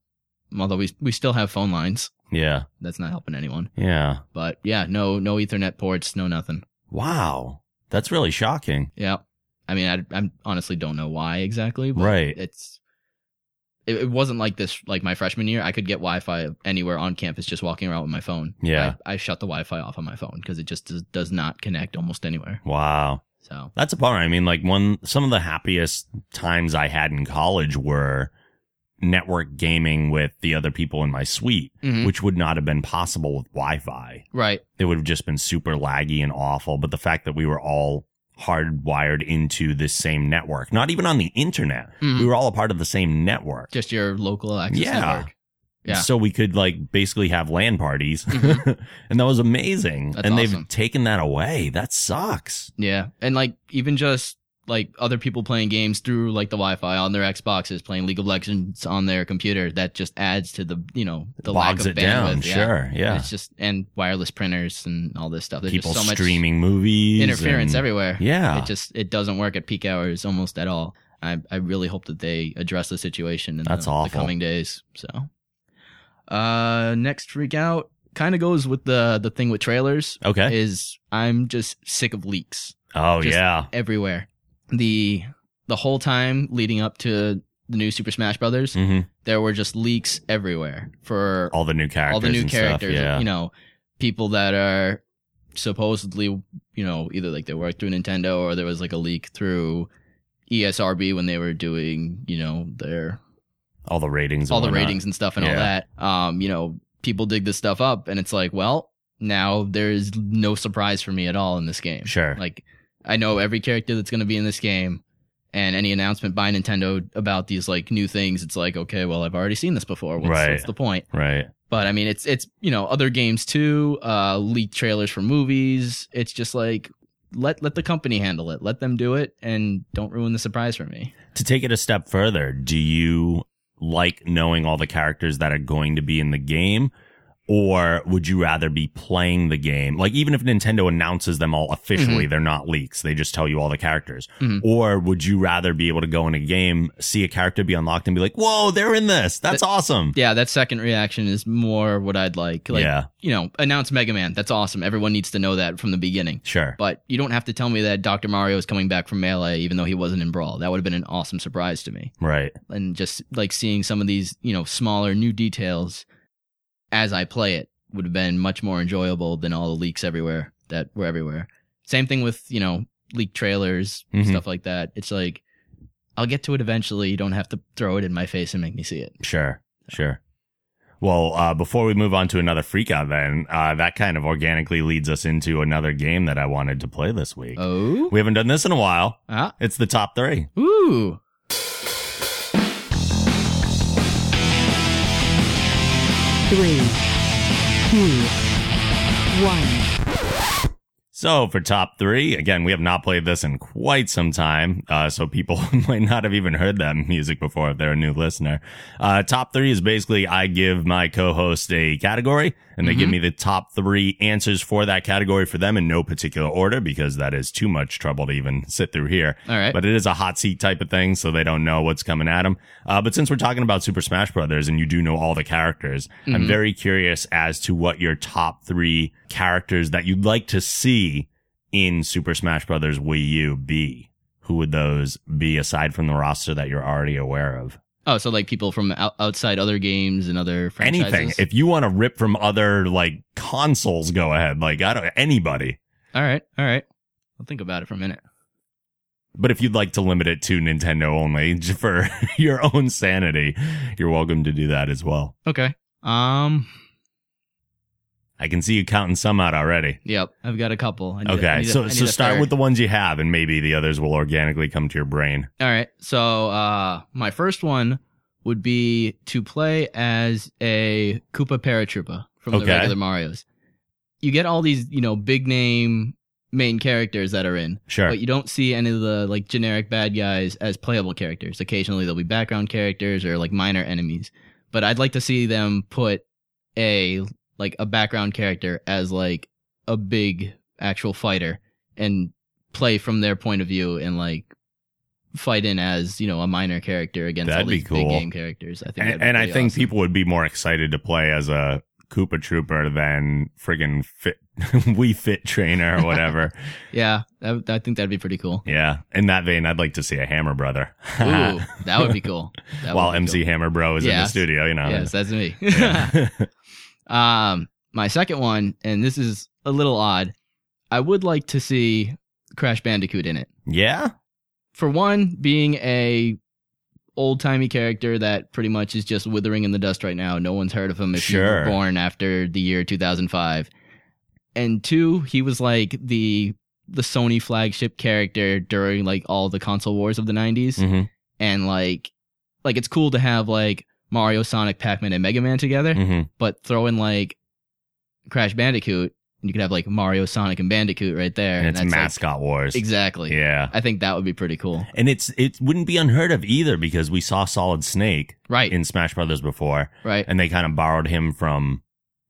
Speaker 6: although we we still have phone lines.
Speaker 5: Yeah.
Speaker 6: That's not helping anyone.
Speaker 5: Yeah.
Speaker 6: But yeah, no, no Ethernet ports, no nothing.
Speaker 5: Wow. That's really shocking.
Speaker 6: Yeah, I mean, I, I honestly don't know why exactly. But
Speaker 5: Right.
Speaker 6: It's it, it wasn't like this like my freshman year. I could get Wi-Fi anywhere on campus just walking around with my phone.
Speaker 5: Yeah.
Speaker 6: I, I shut the Wi-Fi off on my phone because it just does, does not connect almost anywhere.
Speaker 5: Wow.
Speaker 6: So
Speaker 5: That's a bummer. I mean, like one, some of the happiest times I had in college were network gaming with the other people in my suite,
Speaker 6: Mhm.
Speaker 5: which would not have been possible with Wi-Fi.
Speaker 6: right,
Speaker 5: it would have just been super laggy and awful. But the fact that we were all hardwired into this same network, not even on the internet,
Speaker 6: Mhm.
Speaker 5: we were all a part of the same network.
Speaker 6: just your local access
Speaker 5: Yeah.
Speaker 6: network. Yeah.
Speaker 5: So we could like basically have LAN parties.
Speaker 6: Mhm.
Speaker 5: and that was amazing.
Speaker 6: That's
Speaker 5: and
Speaker 6: awesome.
Speaker 5: they've taken that away. That sucks.
Speaker 6: Yeah, and like even just like other people playing games through like the Wi-Fi on their Xboxes, playing League of Legends on their computer. That just adds to the you know the lack
Speaker 5: Bogs
Speaker 6: of
Speaker 5: it down,
Speaker 6: bandwidth. Yeah.
Speaker 5: sure, yeah.
Speaker 6: It's just and wireless printers and all this stuff. There's
Speaker 5: People
Speaker 6: just so much
Speaker 5: streaming movies.
Speaker 6: interference
Speaker 5: and-
Speaker 6: everywhere.
Speaker 5: Yeah.
Speaker 6: It just it doesn't work at peak hours almost at all. I I really hope that they address the situation in
Speaker 5: That's
Speaker 6: the, the
Speaker 5: awful.
Speaker 6: coming days. So uh next freak out kind of goes with the the thing with trailers
Speaker 5: Okay.
Speaker 6: is I'm just sick of leaks
Speaker 5: Oh,
Speaker 6: just-
Speaker 5: yeah.
Speaker 6: everywhere. The the whole time leading up to the new Super Smash Brothers,
Speaker 5: hmm
Speaker 6: there were just leaks everywhere for
Speaker 5: All the new characters.
Speaker 6: all the new
Speaker 5: and stuff,
Speaker 6: characters,
Speaker 5: yeah.
Speaker 6: you know, people that are supposedly, you know, either like they worked through Nintendo or there was like a leak through E ESRB when they were doing, you know, their
Speaker 5: all the ratings. and
Speaker 6: all the
Speaker 5: whatnot.
Speaker 6: ratings and stuff and
Speaker 5: Yeah.
Speaker 6: all that. Um, you know, people dig this stuff up and it's like, well, now there's no surprise for me at all in this game.
Speaker 5: Sure.
Speaker 6: Like I know every character that's going to be in this game and any announcement by Nintendo about these like new things, it's like, okay, well, I've already seen this before. What's,
Speaker 5: Right.
Speaker 6: what's the point?
Speaker 5: Right.
Speaker 6: But I mean, it's it's you know other games too, uh, leaked trailers for movies. It's just like let let the company handle it, let them do it, and don't ruin the surprise for me.
Speaker 5: To take it a step further, do you like knowing all the characters that are going to be in the game? Or would you rather be playing the game? Like, even if Nintendo announces them all officially,
Speaker 6: Mm-hmm.
Speaker 5: they're not leaks. They just tell you all the characters.
Speaker 6: Mhm.
Speaker 5: Or would you rather be able to go in a game, see a character be unlocked and be like, whoa, they're in this. That's awesome.
Speaker 6: Yeah, that second reaction is more what I'd like. Like
Speaker 5: Yeah.
Speaker 6: you know, announce Mega Man. That's awesome. Everyone needs to know that from the beginning.
Speaker 5: Sure.
Speaker 6: But you don't have to tell me that Dr. Mario is coming back from Melee, even though he wasn't in Brawl. That would have been an awesome surprise to me.
Speaker 5: Right.
Speaker 6: and just like seeing some of these you know smaller new details as I play it would have been much more enjoyable than all the leaks everywhere that were everywhere. Same thing with you know leaked trailers
Speaker 5: Mhm.
Speaker 6: stuff like that. It's like I'll get to it eventually. You don't have to throw it in my face and make me see it.
Speaker 5: Sure, sure. Well, uh, before we move on to another freakout, then uh, that kind of organically leads us into another game that I wanted to play this week.
Speaker 6: Oh,
Speaker 5: We haven't done this in a while.
Speaker 6: ah,
Speaker 5: It's the top three.
Speaker 6: ooh,
Speaker 8: three, two, one.
Speaker 5: So for top three, again, we have not played this in quite some time. Uh, so people might not have even heard that music before if they're a new listener. Uh, top three is basically I give my co-host a category and they
Speaker 6: Mm-hmm.
Speaker 5: give me the top three answers for that category for them in no particular order because that is too much trouble to even sit through here.
Speaker 6: All right.
Speaker 5: But it is a hot seat type of thing. So they don't know what's coming at them. Uh, but since we're talking about Super Smash Brothers and you do know all the characters, I'm very curious as to what your top three characters that you'd like to see in Super Smash Brothers Wii U be? Who would those be aside from the roster that you're already aware of?
Speaker 6: oh, so like people from out- outside other games and other franchises.
Speaker 5: Anything. If you want to rip from other like consoles, go ahead. Like I don't anybody.
Speaker 6: all right, all right. I'll think about it for a minute.
Speaker 5: But if you'd like to limit it to Nintendo only j- for your own sanity, you're welcome to do that as well.
Speaker 6: Okay. Um.
Speaker 5: I can see you counting some out already.
Speaker 6: Yep. I've got a couple. I need a- I
Speaker 5: Okay,
Speaker 6: need a- I
Speaker 5: so
Speaker 6: need
Speaker 5: so
Speaker 6: a
Speaker 5: start
Speaker 6: third.
Speaker 5: with the ones you have, and maybe the others will organically come to your brain.
Speaker 6: All right. So uh my first one would be to play as a Koopa Paratroopa from the
Speaker 5: Okay.
Speaker 6: regular Mario's. You get all these, you know, big name main characters that are in,
Speaker 5: Sure.
Speaker 6: but you don't see any of the like generic bad guys as playable characters. Occasionally there'll be background characters or like minor enemies. But I'd like to see them put a like a background character as like a big actual fighter and play from their point of view and like fight in as you know a minor character against
Speaker 5: That'd
Speaker 6: all
Speaker 5: be
Speaker 6: these
Speaker 5: cool.
Speaker 6: big game characters. I think, that'd
Speaker 5: and,
Speaker 6: be
Speaker 5: and I
Speaker 6: pretty
Speaker 5: think
Speaker 6: awesome.
Speaker 5: people would be more excited to play as a Koopa Trooper than friggin' fit We Fit Trainer or whatever.
Speaker 6: yeah, that, I think that'd be pretty cool.
Speaker 5: yeah, in that vein, I'd like to see a Hammer Brother.
Speaker 6: Ooh, that would be cool. That
Speaker 5: While
Speaker 6: would be
Speaker 5: MC Hammer Bro is in the
Speaker 6: Yes.
Speaker 5: studio, you know.
Speaker 6: cool. yes, that's me.
Speaker 5: Yeah.
Speaker 6: um, my second one, and this is a little odd. I would like to see Crash Bandicoot in it.
Speaker 5: yeah,
Speaker 6: for one, being a old timey character that pretty much is just withering in the dust right now. No one's heard of him if you
Speaker 5: Sure.
Speaker 6: were born after the year 2005. And two, he was like the the Sony flagship character during like all the console wars of the 90s
Speaker 5: Mhm.
Speaker 6: and like like it's cool to have like
Speaker 5: mm-hmm.
Speaker 6: Mario, Sonic, Pac-Man and Mega Man together,
Speaker 5: Mhm.
Speaker 6: but throw in like Crash Bandicoot And you could have like Mario, Sonic, and Bandicoot right there.
Speaker 5: and it's
Speaker 6: that's, like,
Speaker 5: mascot wars.
Speaker 6: exactly.
Speaker 5: Yeah.
Speaker 6: I think that would be pretty cool.
Speaker 5: And it's it wouldn't be unheard of either because we saw Solid Snake
Speaker 6: Right.
Speaker 5: in Smash Brothers before,
Speaker 6: right.
Speaker 5: and they kind of borrowed him from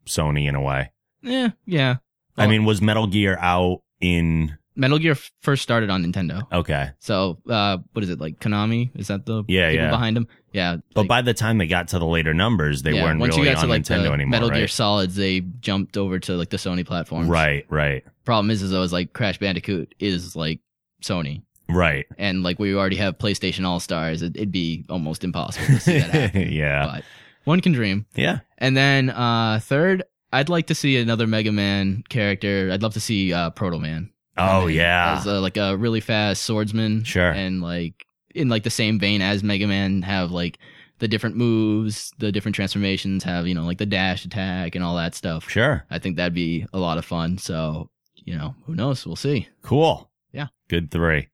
Speaker 5: Sony in a way.
Speaker 6: yeah. Yeah.
Speaker 5: I
Speaker 6: Well-
Speaker 5: mean, was Metal Gear out in?
Speaker 6: Metal Gear f- first started on Nintendo.
Speaker 5: Okay,
Speaker 6: So, uh, what is it like? Konami is that the
Speaker 5: Yeah,
Speaker 6: people
Speaker 5: yeah.
Speaker 6: behind him? Yeah.
Speaker 5: but
Speaker 6: like-
Speaker 5: by the time they got to the later numbers, they
Speaker 6: yeah,
Speaker 5: weren't
Speaker 6: once
Speaker 5: really
Speaker 6: you got
Speaker 5: on
Speaker 6: to like
Speaker 5: Nintendo
Speaker 6: the
Speaker 5: anymore,
Speaker 6: Metal
Speaker 5: right?
Speaker 6: Gear Solids, they jumped over to like the Sony platforms.
Speaker 5: right, right,
Speaker 6: Problem is, is though, is like Crash Bandicoot is like Sony,
Speaker 5: right.
Speaker 6: and like we already have PlayStation All Stars. It, it'd be almost impossible to see that happen.
Speaker 5: Yeah.
Speaker 6: But one can dream.
Speaker 5: Yeah,
Speaker 6: And then uh third, I'd like to see another Mega Man character. I'd love to see uh, Proto Man.
Speaker 5: Oh,
Speaker 6: Um,
Speaker 5: yeah.
Speaker 6: as uh, like a really fast swordsman.
Speaker 5: Sure.
Speaker 6: and like in like the same vein as Mega Man, have like the different moves, the different transformations, have you know like the dash attack and all that stuff.
Speaker 5: sure.
Speaker 6: I think that'd be a lot of fun. So you know, who knows? We'll see.
Speaker 5: Cool.
Speaker 6: Yeah.
Speaker 5: Good three.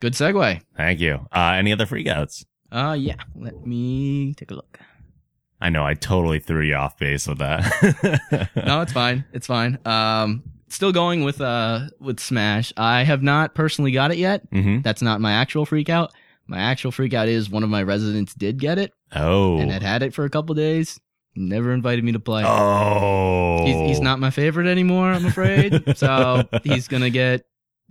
Speaker 6: Good segue.
Speaker 5: Thank you. Uh, any other freakouts?
Speaker 6: Uh, yeah. Let me take a look.
Speaker 5: I know I totally threw you off base with that.
Speaker 6: no, it's fine. It's fine. Um, still going with uh with Smash. I have not personally got it yet.
Speaker 5: hmm
Speaker 6: That's not my actual freak out. My actual freak out is one of my residents did get it
Speaker 5: Oh.
Speaker 6: and had had it for a couple days. Never invited me to play.
Speaker 5: oh.
Speaker 6: He's, he's not my favorite anymore, I'm afraid. so he's gonna get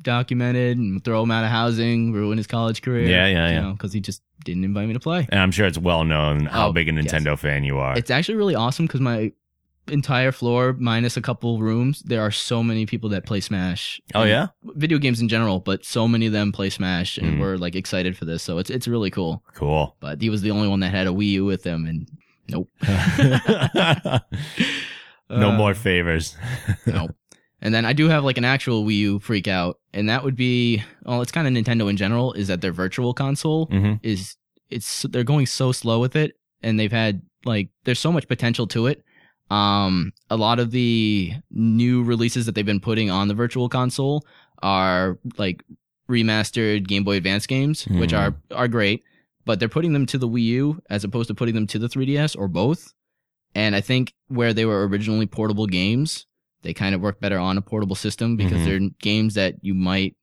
Speaker 6: documented and throw him out of housing, ruin his college career.
Speaker 5: Yeah, yeah, yeah.
Speaker 6: Because he just didn't invite me to play.
Speaker 5: And I'm sure it's well known how
Speaker 6: Oh,
Speaker 5: big a
Speaker 6: yes.
Speaker 5: Nintendo fan you are.
Speaker 6: It's actually really awesome because my entire floor, minus a couple rooms, there are so many people that play Smash.
Speaker 5: oh
Speaker 6: And
Speaker 5: yeah,
Speaker 6: video games in general, but so many of them play Smash, and
Speaker 5: Mm.
Speaker 6: we're like excited for this. So it's it's really cool.
Speaker 5: cool.
Speaker 6: But he was the only one that had a Wii U with him, and nope,
Speaker 5: no
Speaker 6: Uh,
Speaker 5: more favors.
Speaker 6: nope. And then I do have like an actual Wii U freak out, and that would be well, it's kind of Nintendo in general is that their virtual console
Speaker 5: hmm
Speaker 6: is it's they're going so slow with it and they've had like there's so much potential to it um a lot of the new releases that they've been putting on the virtual console are like remastered game boy advance games which
Speaker 5: Hmm.
Speaker 6: are are great but they're putting them to the wii u as opposed to putting them to the 3ds or both and i think where they were originally portable games they kind of work better on a portable system because
Speaker 5: Mhm.
Speaker 6: they're games that you might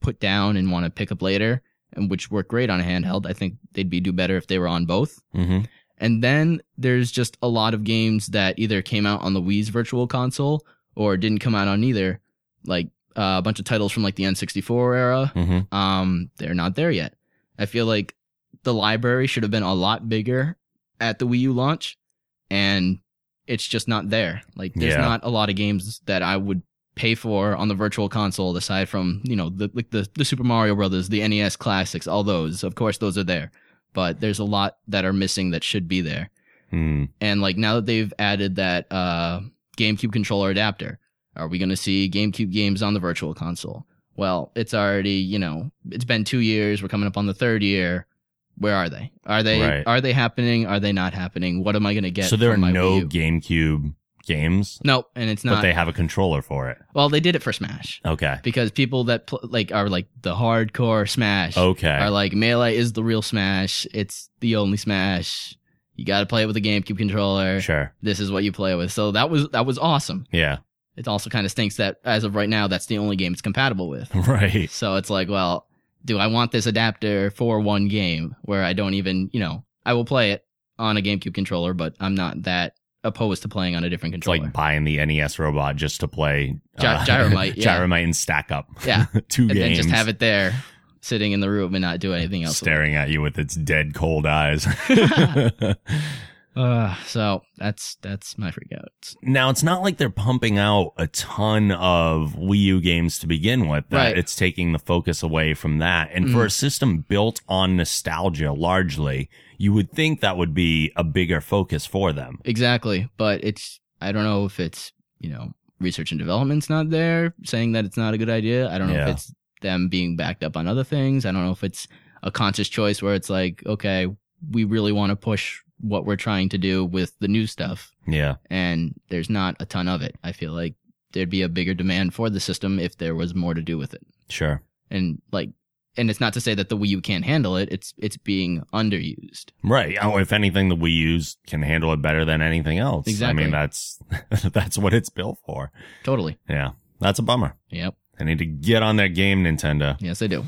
Speaker 6: put down and want to pick up later and which work great on a handheld. I think they'd be do better if they were on both.
Speaker 5: hmm
Speaker 6: And then there's just a lot of games that either came out on the Wii's virtual console or didn't come out on either. Like uh, a bunch of titles from like the N64 era.
Speaker 5: hmm
Speaker 6: Um, they're not there yet. I feel like the library should have been a lot bigger at the Wii U launch, and it's just not there. Like there's
Speaker 5: Yeah.
Speaker 6: not a lot of games that I would pay for on the virtual console aside from you know the like the, the Super Mario Brothers, the NES classics, all those. Of course, those are there, but there's a lot that are missing that should be there.
Speaker 5: Mm.
Speaker 6: And like now that they've added that uh, GameCube controller adapter, are we going to see GameCube games on the Virtual Console? Well, it's already you know it's been two years. We're coming up on the third year. Where are they? Are they
Speaker 5: Right.
Speaker 6: are they happening? Are they not happening? What am I going to get?
Speaker 5: So there are
Speaker 6: from my
Speaker 5: no
Speaker 6: Wii U?
Speaker 5: GameCube games,
Speaker 6: Nope, and it's
Speaker 5: but
Speaker 6: not.
Speaker 5: they have a controller for it.
Speaker 6: well, they did it for Smash
Speaker 5: Okay.
Speaker 6: because people that pl- like are like the hardcore Smash
Speaker 5: Okay.
Speaker 6: are like melee is the real Smash. It's the only Smash. You got to play it with a GameCube controller.
Speaker 5: sure.
Speaker 6: This is what you play with. So that was that was awesome.
Speaker 5: Yeah.
Speaker 6: it also kind of stinks that as of right now, that's the only game it's compatible with.
Speaker 5: Right.
Speaker 6: So it's like, well, do I want this adapter for one game where I don't even, you know, I will play it on a GameCube controller, but I'm not that opposed to playing on a different
Speaker 5: It's
Speaker 6: controller.
Speaker 5: like buying the NES robot just to play uh,
Speaker 6: Gy- Gyromite, yeah.
Speaker 5: Gyromite and stack up.
Speaker 6: Yeah.
Speaker 5: Two
Speaker 6: and then
Speaker 5: games.
Speaker 6: just have it there sitting in the room and not do anything else. with it.
Speaker 5: staring at you with its dead cold eyes.
Speaker 6: Uh, so that's that's my freak out.
Speaker 5: now it's not like they're pumping out a ton of Wii U games to begin with. That
Speaker 6: Right. Mm.
Speaker 5: It's taking the focus away from that. And for a system built on nostalgia largely, you would think that would be a bigger focus for them.
Speaker 6: Exactly. But it's I don't know if it's, you know, research and development's not there, saying that it's not a good idea. I don't know
Speaker 5: Yeah.
Speaker 6: if it's them being backed up on other things. I don't know if it's a conscious choice where it's like, okay, we really want to push what we're trying to do with the new stuff
Speaker 5: Yeah.
Speaker 6: and there's not a ton of it. I feel like there'd be a bigger demand for the system if there was more to do with it.
Speaker 5: Sure.
Speaker 6: And like And it's not to say that the Wii U can't handle it. It's it's being underused.
Speaker 5: Right. Oh, if anything, the Wii U's can handle it better than anything else. I
Speaker 6: Exactly.
Speaker 5: mean, that's that's what it's built for.
Speaker 6: Totally.
Speaker 5: Yeah, that's a bummer.
Speaker 6: Yep.
Speaker 5: I need to get on that game, Nintendo.
Speaker 6: Yes, I do.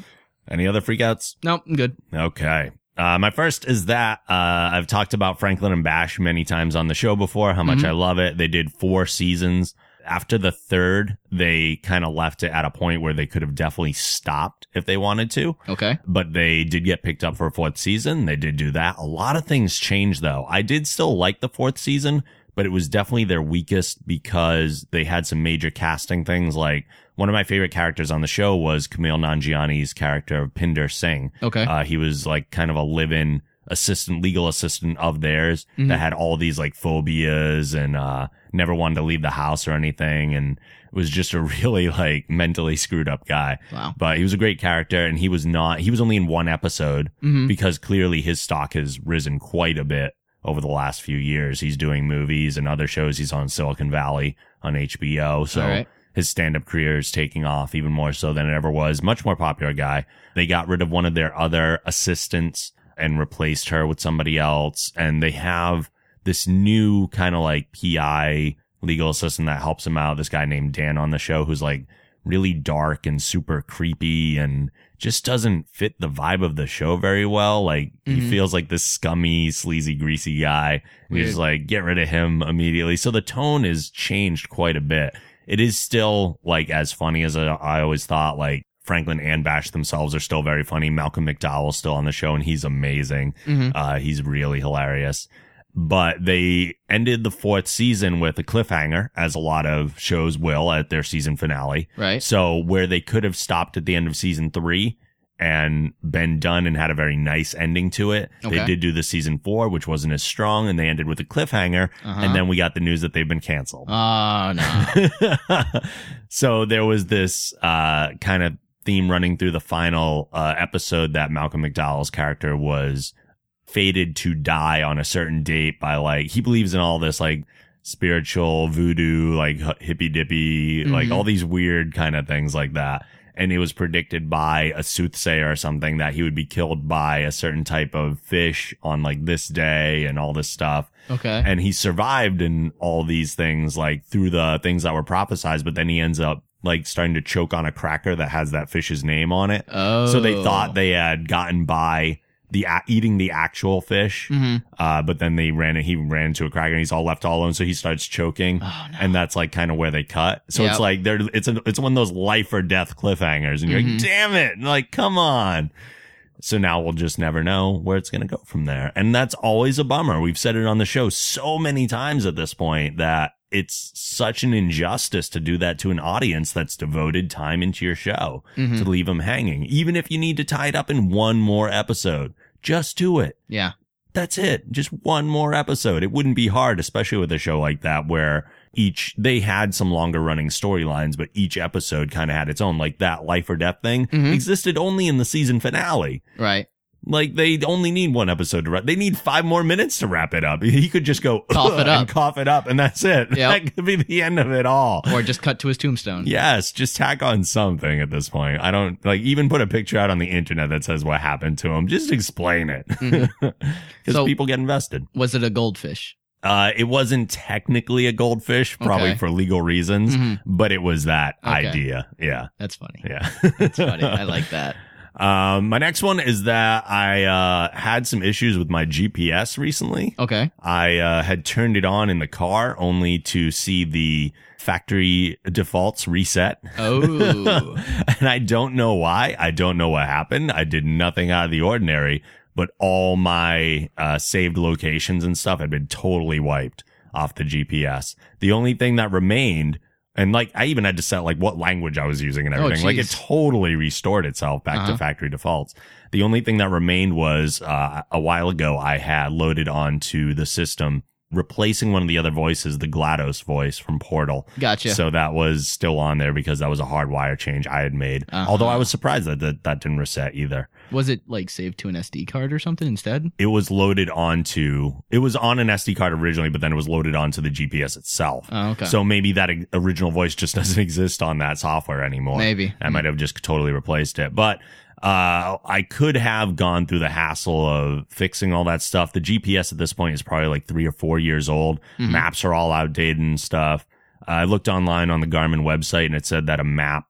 Speaker 5: Any other freakouts?
Speaker 6: No, I'm good.
Speaker 5: Okay. Uh, my first is that uh, I've talked about Franklin and Bash many times on the show before, how much I love it. They did four seasons. After the third, they kind of left it at a point where they could have definitely stopped if they wanted to,
Speaker 6: Okay.
Speaker 5: but they did get picked up for a fourth season. They did do that. A lot of things changed though. I did still like the fourth season, but it was definitely their weakest because they had some major casting things. Like one of my favorite characters on the show was Camille Nanjiani's character of Pinder Singh.
Speaker 6: Okay.
Speaker 5: Uh, he was like kind of a live-in assistant, legal assistant of theirs
Speaker 6: Mm-hmm.
Speaker 5: that had all these like phobias and uh, never wanted to leave the house or anything, and was just a really like mentally screwed up guy.
Speaker 6: Wow.
Speaker 5: But he was a great character, and he was not. He was only in one episode
Speaker 6: Mm-hmm.
Speaker 5: because clearly his stock has risen quite a bit over the last few years. He's doing movies and other shows. He's on Silicon Valley on HBO, so
Speaker 6: All right.
Speaker 5: his stand up career is taking off even more so than it ever was. Much more popular guy. They got rid of one of their other assistants and replaced her with somebody else. And they have this new kind of like PI legal assistant that helps him out. This guy named Dan on the show who's like really dark and super creepy and just doesn't fit the vibe of the show very well. Like he feels like this scummy, sleazy, greasy guy. We
Speaker 6: Weird.
Speaker 5: just like get rid of him immediately. So the tone has changed quite a bit. It is still like as funny as I I always thought. Like Franklin and Bash themselves are still very funny. Malcolm McDowell's still on the show and he's amazing. Uh, he's really hilarious but they ended the fourth season with a cliffhanger, as a lot of shows will at their season finale.
Speaker 6: Right.
Speaker 5: So where they could have stopped at the end of season three and been done and had a very nice ending to it. They
Speaker 6: Okay.
Speaker 5: did do the season four, which wasn't as strong, and they ended with a cliffhanger.
Speaker 6: Uh-huh.
Speaker 5: And then we got the news that they've been canceled.
Speaker 6: Ah, no.
Speaker 5: so there was this uh, kind of theme running through the final uh, episode that Malcolm McDowell's character was fated to die on a certain date by like he believes in all this like spiritual voodoo like hippy dippy like all these weird kind of things like that and it was predicted by a soothsayer or something that he would be killed by a certain type of fish on like this day and all this stuff
Speaker 6: Okay.
Speaker 5: and he survived in all these things like through the things that were prophesized but then he ends up like starting to choke on a cracker that has that fish's name on it
Speaker 6: Oh.
Speaker 5: so they thought they had gotten by the a- eating the actual fish
Speaker 6: Mm-hmm.
Speaker 5: uh, but then they ran he ran into a cracker and he's all left all alone so he starts choking and that's like kind of where they cut so
Speaker 6: Oh, Yep.
Speaker 5: it's like they're it's a, it's one of those life or death cliffhangers and you're
Speaker 6: Mm-hmm.
Speaker 5: like damn it and like come on so now we'll just never know where it's going to go from there. And that's always a bummer. We've said it on the show so many times at this point that it's such an injustice to do that to an audience that's devoted time into your show to leave them hanging. Even if you need to tie it up in one more episode, just do it.
Speaker 6: Oh, Yeah.
Speaker 5: That's it. Just one more episode. It wouldn't be hard, especially with a show like that where each they had some longer running storylines, but each episode kind of had its own. Like that life or death thing existed only in the season finale.
Speaker 6: Right.
Speaker 5: Like they only need one episode to wrap. They need five more minutes to wrap it up. He could just go
Speaker 6: Cough
Speaker 5: "Ugh,"
Speaker 6: it up.
Speaker 5: and cough it up, and that's it.
Speaker 6: Yep.
Speaker 5: That could be the end of it all.
Speaker 6: Or just cut to his tombstone.
Speaker 5: Yes, just tack on something at this point. I don't like even put a picture out on the internet that says what happened to him. Just explain it because
Speaker 6: Mm-hmm. So-
Speaker 5: people get invested.
Speaker 6: Was it a goldfish?
Speaker 5: Uh, it wasn't technically a goldfish, probably
Speaker 6: Okay. Mm-hmm.
Speaker 5: for legal reasons, but it was that
Speaker 6: Okay.
Speaker 5: idea. Yeah,
Speaker 6: That's funny.
Speaker 5: yeah.
Speaker 6: That's funny. I like that.
Speaker 5: Um, my next one is that I uh, had some issues with my GPS recently.
Speaker 6: Okay.
Speaker 5: I uh, had turned it on in the car only to see the factory defaults reset.
Speaker 6: Oh.
Speaker 5: and I don't know why. I don't know what happened. I did nothing out of the ordinary, but all my uh, saved locations and stuff had been totally wiped off the GPS. The only thing that remained, and like I even had to set like what language I was using and
Speaker 6: Oh,
Speaker 5: everything. like it
Speaker 6: geez.
Speaker 5: totally restored itself back to factory defaults. The only thing that remained was uh, a while ago I had loaded onto the system replacing one of the other voices, the GLaDOS voice from Portal.
Speaker 6: Gotcha.
Speaker 5: So that was still on there because that was a hardwire change I had made. Although I was surprised that, that that didn't reset either.
Speaker 6: Was it like saved to an SD card or something instead?
Speaker 5: It was loaded onto, it was on an SD card originally, but then it was loaded onto the GPS itself.
Speaker 6: Oh, okay.
Speaker 5: So maybe that e, o- original voice just doesn't exist on that software anymore.
Speaker 6: Maybe. Mm-hmm.
Speaker 5: I might have just totally replaced it. But uh, I could have gone through the hassle of fixing all that stuff. The GPS at this point is probably like three or four years old.
Speaker 6: Mm-hmm.
Speaker 5: Maps are all outdated and stuff. I looked online on the Garmin website and it said that a map,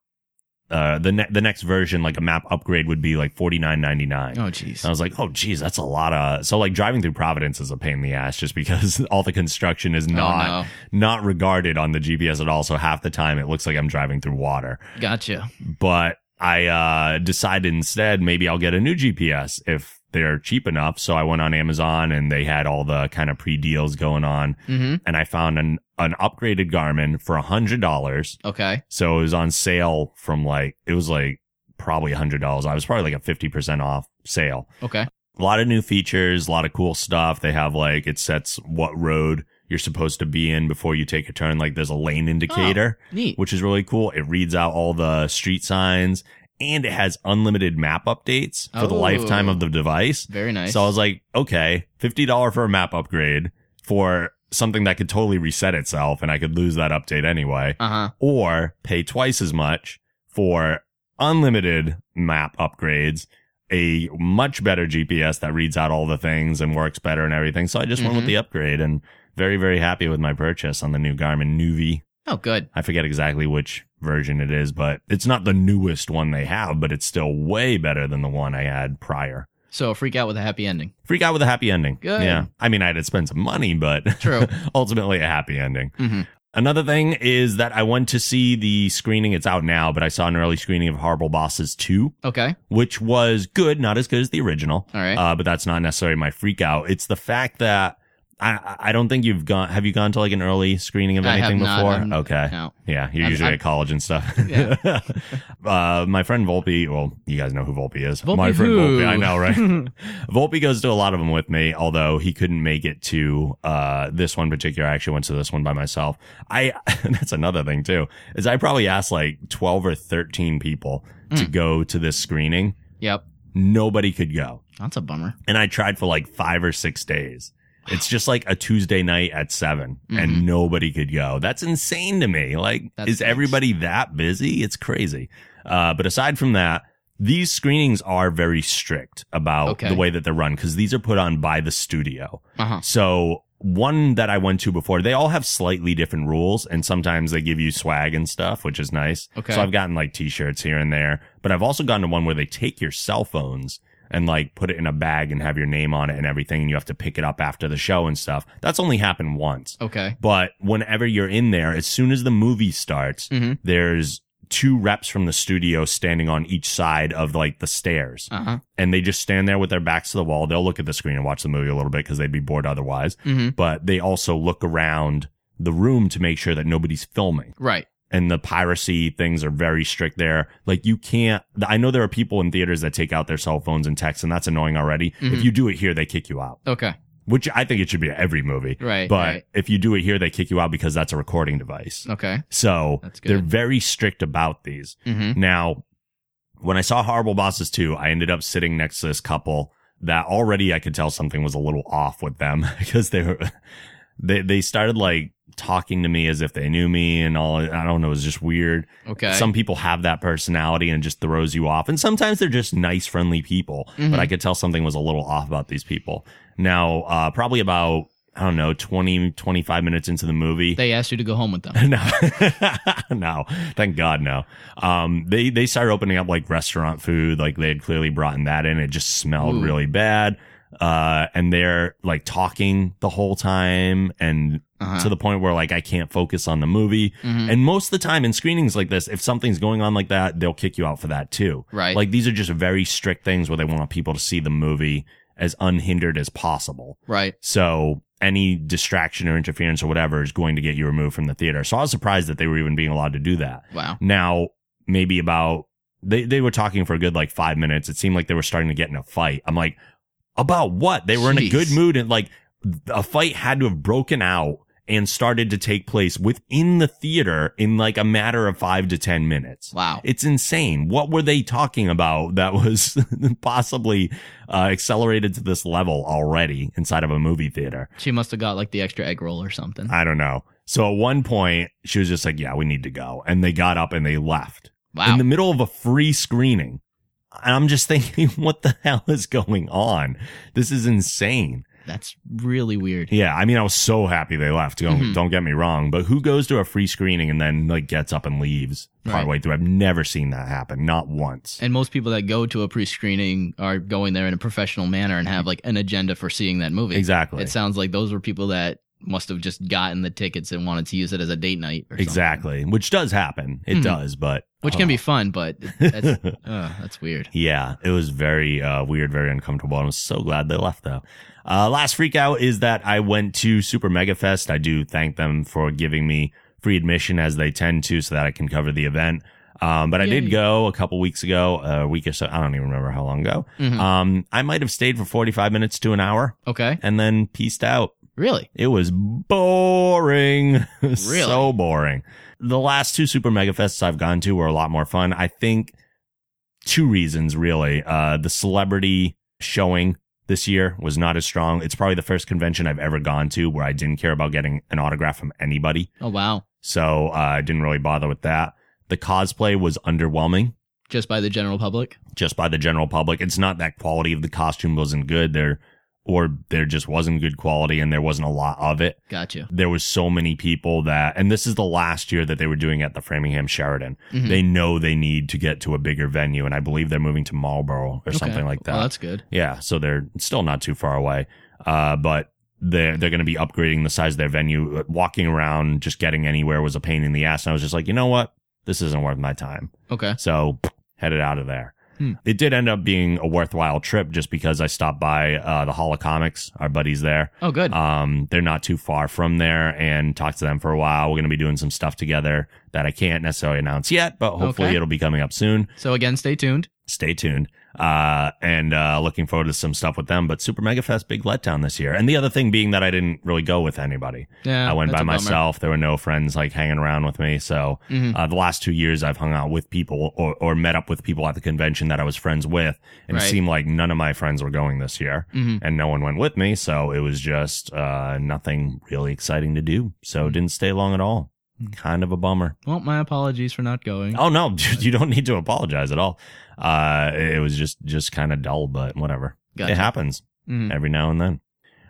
Speaker 5: uh, the ne- the next version, like a map upgrade, would be like forty nine ninety nine.
Speaker 6: Oh, jeez.
Speaker 5: I was like, oh, geez, that's a lot of. So like driving through Providence is a pain in the ass just because all the construction is not
Speaker 6: no.
Speaker 5: not regarded on the GPS at all. So half the time it looks like I'm driving through water.
Speaker 6: Gotcha.
Speaker 5: But I uh, decided instead maybe I'll get a new GPS if they're cheap enough. So I went on Amazon and they had all the kind of pre deals going on,
Speaker 6: Mhm.
Speaker 5: and I found an an upgraded Garmin for a hundred dollars.
Speaker 6: Okay.
Speaker 5: So it was on sale from like it was like probably a hundred dollars. I was probably like a fifty percent off sale
Speaker 6: Okay.
Speaker 5: a lot of new features, a lot of cool stuff. They have like it sets what road you're supposed to be in before you take a turn. Like there's a lane indicator,
Speaker 6: Neat.
Speaker 5: which is really cool. It reads out all the street signs and it has unlimited map updates for the
Speaker 6: Oh.
Speaker 5: lifetime of the device.
Speaker 6: Very nice.
Speaker 5: So I was like, okay, $50 for a map upgrade for something that could totally reset itself and I could lose that update anyway
Speaker 6: uh huh.
Speaker 5: or pay twice as much for unlimited map upgrades, a much better GPS that reads out all the things and works better and everything. So I just went with
Speaker 6: Mhm.
Speaker 5: the upgrade and very, very happy with my purchase on the new Garmin Nuvi.
Speaker 6: Oh, good.
Speaker 5: I forget exactly which version it is, but it's not the newest one they have, but it's still way better than the one I had prior.
Speaker 6: So freak out with a happy ending.
Speaker 5: Freak out with a happy ending.
Speaker 6: Good.
Speaker 5: Yeah. I mean, I had to spend some money, but
Speaker 6: True.
Speaker 5: ultimately a happy ending.
Speaker 6: Mm-hmm.
Speaker 5: Another thing is that I went to see the screening. It's out now, but I saw an early screening of Horrible Bosses 2,
Speaker 6: Okay.
Speaker 5: which was good, not as good as the original.
Speaker 6: All right.
Speaker 5: Uh, but that's not necessarily my freak out. It's the fact that I- I, I don't think you've gone. Have you gone to like an early screening of
Speaker 6: I have
Speaker 5: anything
Speaker 6: not.
Speaker 5: before?
Speaker 6: I'm-
Speaker 5: okay.
Speaker 6: no.
Speaker 5: Yeah, you're
Speaker 6: I'm-
Speaker 5: usually
Speaker 6: I'm-
Speaker 5: at college and stuff.
Speaker 6: Yeah.
Speaker 5: uh, my friend Volpe, well, you guys know who Volpe is.
Speaker 6: Volpe
Speaker 5: my friend
Speaker 6: who?
Speaker 5: Volpe, I know, right? Volpe goes to a lot of them with me, although he couldn't make it to uh, this one particular. I actually went to this one by myself. I that's another thing too is I probably asked like twelve or thirteen people to go to this screening.
Speaker 6: Yep.
Speaker 5: Nobody could go,
Speaker 6: That's a bummer.
Speaker 5: and I tried for like five or six days. It's just like a Tuesday night at 7
Speaker 6: Mhm.
Speaker 5: and nobody could go. That's insane to me. Like,
Speaker 6: That
Speaker 5: is
Speaker 6: sucks.
Speaker 5: everybody that busy? It's crazy. Uh, but aside from that, these screenings are very strict about
Speaker 6: Okay.
Speaker 5: the way that they're run because these are put on by the studio.
Speaker 6: Uh huh.
Speaker 5: So one that I went to before, they all have slightly different rules and sometimes they give you swag and stuff, which is nice.
Speaker 6: Okay.
Speaker 5: So I've gotten like t-shirts here and there, but I've also gotten to one where they take your cell phones and like put it in a bag and have your name on it and everything. And you have to pick it up after the show and stuff. That's only happened once.
Speaker 6: Okay.
Speaker 5: But whenever you're in there, as soon as the movie starts,
Speaker 6: Mhm.
Speaker 5: there's two reps from the studio standing on each side of like the stairs
Speaker 6: Uh huh.
Speaker 5: and they just stand there with their backs to the wall. They'll look at the screen and watch the movie a little bit because they'd be bored otherwise.
Speaker 6: Mhm.
Speaker 5: But they also look around the room to make sure that nobody's filming.
Speaker 6: Right.
Speaker 5: And the piracy things are very strict there. Like you can't. I know there are people in theaters that take out their cell phones and text, and that's annoying already.
Speaker 6: Mm-hmm.
Speaker 5: If you do it here, they kick you out,
Speaker 6: Okay.
Speaker 5: which I think it should be at every movie.
Speaker 6: Right,
Speaker 5: But
Speaker 6: right.
Speaker 5: if you do it here, they kick you out because that's a recording device.
Speaker 6: Okay.
Speaker 5: So
Speaker 6: That's good.
Speaker 5: they're very strict about these.
Speaker 6: Mhm.
Speaker 5: Now, when I saw Horrible Bosses 2, I ended up sitting next to this couple that already I could tell something was a little off with them because they were, they, they started like talking to me as if they knew me and all. I don't know. It was just weird.
Speaker 6: Okay.
Speaker 5: Some people have that personality and it just throws you off. And sometimes they're just nice, friendly people,
Speaker 6: Mm-hmm.
Speaker 5: but I could tell something was a little off about these people. Now, uh, probably about, I don't know, 20, 25 minutes into the movie.
Speaker 6: They asked you to go home with them.
Speaker 5: No, no, thank God, no. Um, they they started opening up like restaurant food, like they had clearly brought in that in. It just smelled
Speaker 6: Ooh.
Speaker 5: really bad. Uh, and they're like talking the whole time, and
Speaker 6: Uh-huh. Mm-hmm.
Speaker 5: to the point where like I can't focus on the movie. And most of the time in screenings like this, if something's going on like that, they'll kick you out for that too.
Speaker 6: Right.
Speaker 5: Like these are just very strict things where they want people to see the movie as unhindered as possible.
Speaker 6: Right.
Speaker 5: So any distraction or interference or whatever is going to get you removed from the theater. So I was surprised that they were even being allowed to do that.
Speaker 6: Wow.
Speaker 5: Now, maybe about they, they were talking for a good like five minutes. It seemed like they were starting to get in a fight. I'm like, about what? They were in a
Speaker 6: Jeez.
Speaker 5: good mood and like a fight had to have broken out and started to take place within the theater in like a matter of five to 10 minutes.
Speaker 6: Wow.
Speaker 5: It's insane. What were they talking about that was possibly uh, accelerated to this level already inside of a movie theater?
Speaker 6: She must have got like the extra egg roll or something.
Speaker 5: I don't know. So at one point, she was just like, yeah, we need to go. And they got up and they left
Speaker 6: Wow.
Speaker 5: in the middle of a free screening. And I'm just thinking, what the hell is going on? This is insane.
Speaker 6: That's really weird.
Speaker 5: Yeah, I mean, I was so happy they left. Don't, don't get me wrong, but who goes to a free screening and then like gets up and leaves partway through? I've never seen that happen, not once.
Speaker 6: And most people that go to a pre-screening are going there in a professional manner and have like an agenda for seeing that movie.
Speaker 5: Exactly.
Speaker 6: It sounds like those were people that must have just gotten the tickets and wanted to use it as a date night. Or something.
Speaker 5: Exactly, which does happen. It
Speaker 6: Mhm.
Speaker 5: does, but
Speaker 6: Which can
Speaker 5: oh.
Speaker 6: be fun, but that's, uh, that's weird.
Speaker 5: Yeah, it was very uh, weird, very uncomfortable. and I'm so glad they left though. Uh, last freak out is that I went to Super Mega Fest. I do thank them for giving me free admission as they tend to so that I can cover the event. Um, but I
Speaker 6: Yay.
Speaker 5: did go a couple weeks ago, a week or so. I don't even remember how long ago.
Speaker 6: Mhm.
Speaker 5: Um, I might have stayed for 45 minutes to an hour
Speaker 6: Okay.
Speaker 5: and then pieced out.
Speaker 6: Really?
Speaker 5: It was boring.
Speaker 6: Really?
Speaker 5: so boring. The last two Super Mega Fests I've gone to were a lot more fun. I think two reasons really. Uh, the celebrity showing this year was not as strong. It's probably the first convention I've ever gone to where I didn't care about getting an autograph from anybody.
Speaker 6: Oh, wow.
Speaker 5: So uh, I didn't really bother with that. The cosplay was underwhelming
Speaker 6: Just by the general public?
Speaker 5: just by the general public. It's not that quality of the costume wasn't good there or there just wasn't good quality and there wasn't a lot of it
Speaker 6: Gotcha.
Speaker 5: there was so many people that and this is the last year that they were doing it at the Framingham Sheridan.
Speaker 6: Mhm.
Speaker 5: They know they need to get to a bigger venue and I believe they're moving to Marlboro or something
Speaker 6: Okay.
Speaker 5: like that.
Speaker 6: Well, that's good.
Speaker 5: yeah, so they're still not too far away. Uh but they're they're going to be upgrading the size of their venue. Uh, Walking around just getting anywhere was a pain in the ass and I was just like, "You know what? This isn't worth my time."
Speaker 6: Okay.
Speaker 5: So headed out of there.
Speaker 6: Hmm.
Speaker 5: It did end up being a worthwhile trip just because I stopped by uh, the Hall of Comics, our buddies there.
Speaker 6: Oh, good.
Speaker 5: Um, they're not too far from there and talk to them for a while. We're going to be doing some stuff together that I can't necessarily announce yet, but hopefully
Speaker 6: Okay.
Speaker 5: it'll be coming up soon.
Speaker 6: so, again, stay tuned.
Speaker 5: Stay tuned. Uh, and, uh, looking forward to some stuff with them, but Super Mega Fest, big letdown this year. And the other thing being that I didn't really go with anybody.
Speaker 6: Yeah.
Speaker 5: I went
Speaker 6: that's
Speaker 5: by
Speaker 6: a bummer.
Speaker 5: myself. There were no friends like hanging around with me. So,
Speaker 6: Mhm.
Speaker 5: uh, the last two years I've hung out with people or, or met up with people at the convention that I was friends with. And
Speaker 6: Right.
Speaker 5: it seemed like none of my friends were going this year
Speaker 6: Mhm.
Speaker 5: and no one went with me. So it was just, uh, nothing really exciting to do.
Speaker 6: Mm-hmm.
Speaker 5: So it didn't stay long at all. Kind of a bummer.
Speaker 6: Well, my apologies for not going.
Speaker 5: Oh no, dude, you don't need to apologize at all. Uh, it was just, just kind of dull, but whatever.
Speaker 6: Gotcha.
Speaker 5: It happens
Speaker 6: Mhm.
Speaker 5: every now and then.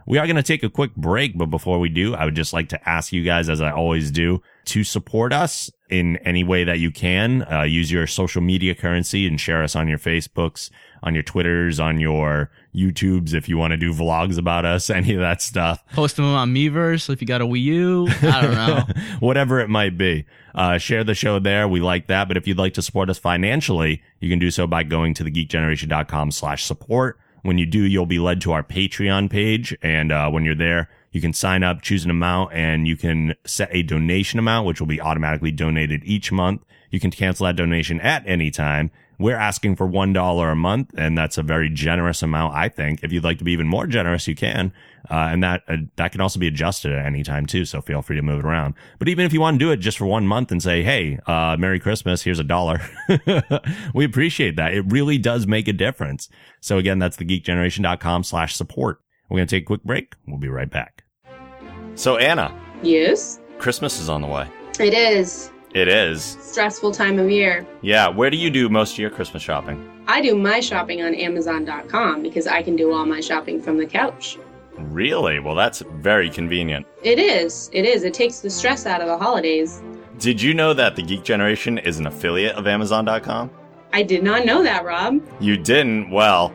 Speaker 5: We are going to take a quick break, but before we do, I would just like to ask you guys, as I always do, to support us in any way that you can. Uh, use your social media currency and share us on your Facebooks, on your Twitters, on your YouTubes if you want to do vlogs about us, any of that stuff.
Speaker 6: Post them on Meverse if you got a Wii U. I don't know.
Speaker 5: Whatever it might be. Uh, share the show there. We like that. But if you'd like to support us financially, you can do so by going to thegeekgeneration.com slash support. When you do, you'll be led to our Patreon page. And uh, when you're there, you can sign up, choose an amount, and you can set a donation amount, which will be automatically donated each month. You can cancel that donation at any time. We're asking for $1 a month, and that's a very generous amount, I think. If you'd like to be even more generous, you can. Uh, and that, uh, that can also be adjusted at any time too. So feel free to move it around. But even if you want to do it just for one month and say, Hey, uh, Merry Christmas. Here's a dollar. we appreciate that. It really does make a difference. So again, that's thegeekgeneration.com slash support. We're going to take a quick break. We'll be right back. So Anna,
Speaker 9: Yes,
Speaker 5: Christmas is on the way.
Speaker 9: it is.
Speaker 5: It is.
Speaker 9: Stressful time of year.
Speaker 5: Yeah. Where do you do most of your Christmas shopping?
Speaker 9: I do my shopping on Amazon.com because I can do all my shopping from the couch.
Speaker 5: Really? Well, that's very convenient.
Speaker 9: It is. It is. It takes the stress out of the holidays.
Speaker 5: Did you know that the Geek Generation is an affiliate of Amazon.com?
Speaker 9: I did not know that, Rob.
Speaker 5: You didn't? Well,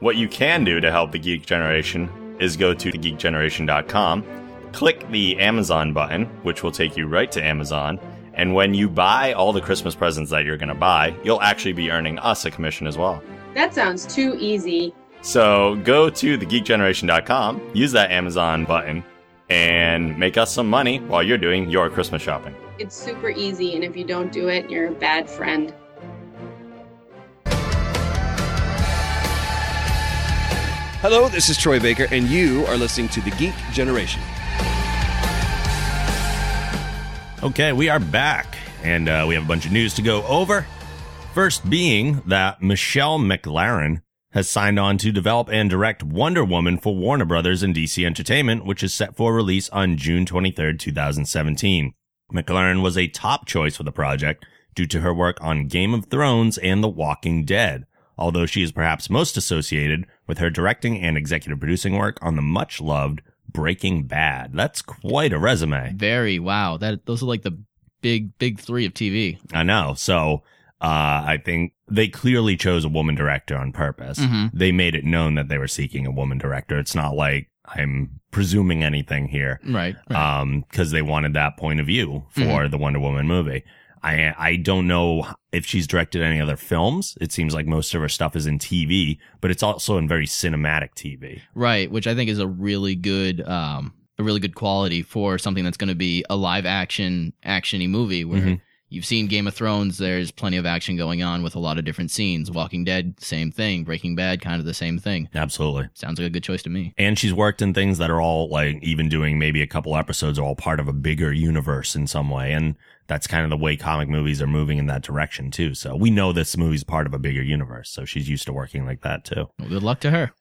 Speaker 5: what you can do to help the Geek Generation is go to thegeekgeneration.com, click the Amazon button, which will take you right to Amazon, and when you buy all the Christmas presents that you're going to buy, you'll actually be earning us a commission as well.
Speaker 9: That sounds too easy.
Speaker 5: So go to thegeekgeneration.com, use that Amazon button, and make us some money while you're doing your Christmas shopping.
Speaker 9: It's super easy, and if you don't do it, you're a bad friend.
Speaker 10: Hello, this is Troy Baker, and you are listening to The Geek Generation.
Speaker 5: Okay, we are back, and uh, we have a bunch of news to go over. First, being that Michelle McLaren has signed on to develop and direct Wonder Woman for Warner Brothers and DC Entertainment, which is set for release on June 23rd, 2017. McLaren was a top choice for the project due to her work on Game of Thrones and The Walking Dead. although she is perhaps most associated with her directing and executive producing work on the much loved Breaking Bad. That's quite a resume.
Speaker 6: Very wow. That those are like the big big three of TV.
Speaker 5: I know. So uh, I think they clearly chose a woman director on purpose.
Speaker 6: Mhm.
Speaker 5: They made it known that they were seeking a woman director. It's not like I'm presuming anything here.
Speaker 6: Right. right.
Speaker 5: Um, 'cause because they wanted that point of view for the Wonder Woman movie. I I don't know if she's directed any other films. It seems like most of her stuff is in TV, but it's also in very cinematic TV.
Speaker 6: Right, which I think is a really good um a really good quality for something that's going to be a live action actiony movie where
Speaker 5: Mhm.
Speaker 6: you've seen Game of Thrones there's plenty of action going on with a lot of different scenes. Walking Dead same thing, Breaking Bad kind of the same thing.
Speaker 5: Absolutely.
Speaker 6: Sounds like a good choice to me.
Speaker 5: And she's worked in things that are all like even doing maybe a couple episodes are all part of a bigger universe in some way. And that's kind of the way comic movies are moving in that direction too. So we know this movie's part of a bigger universe. So she's used to working like that too.
Speaker 6: Well, good luck to her.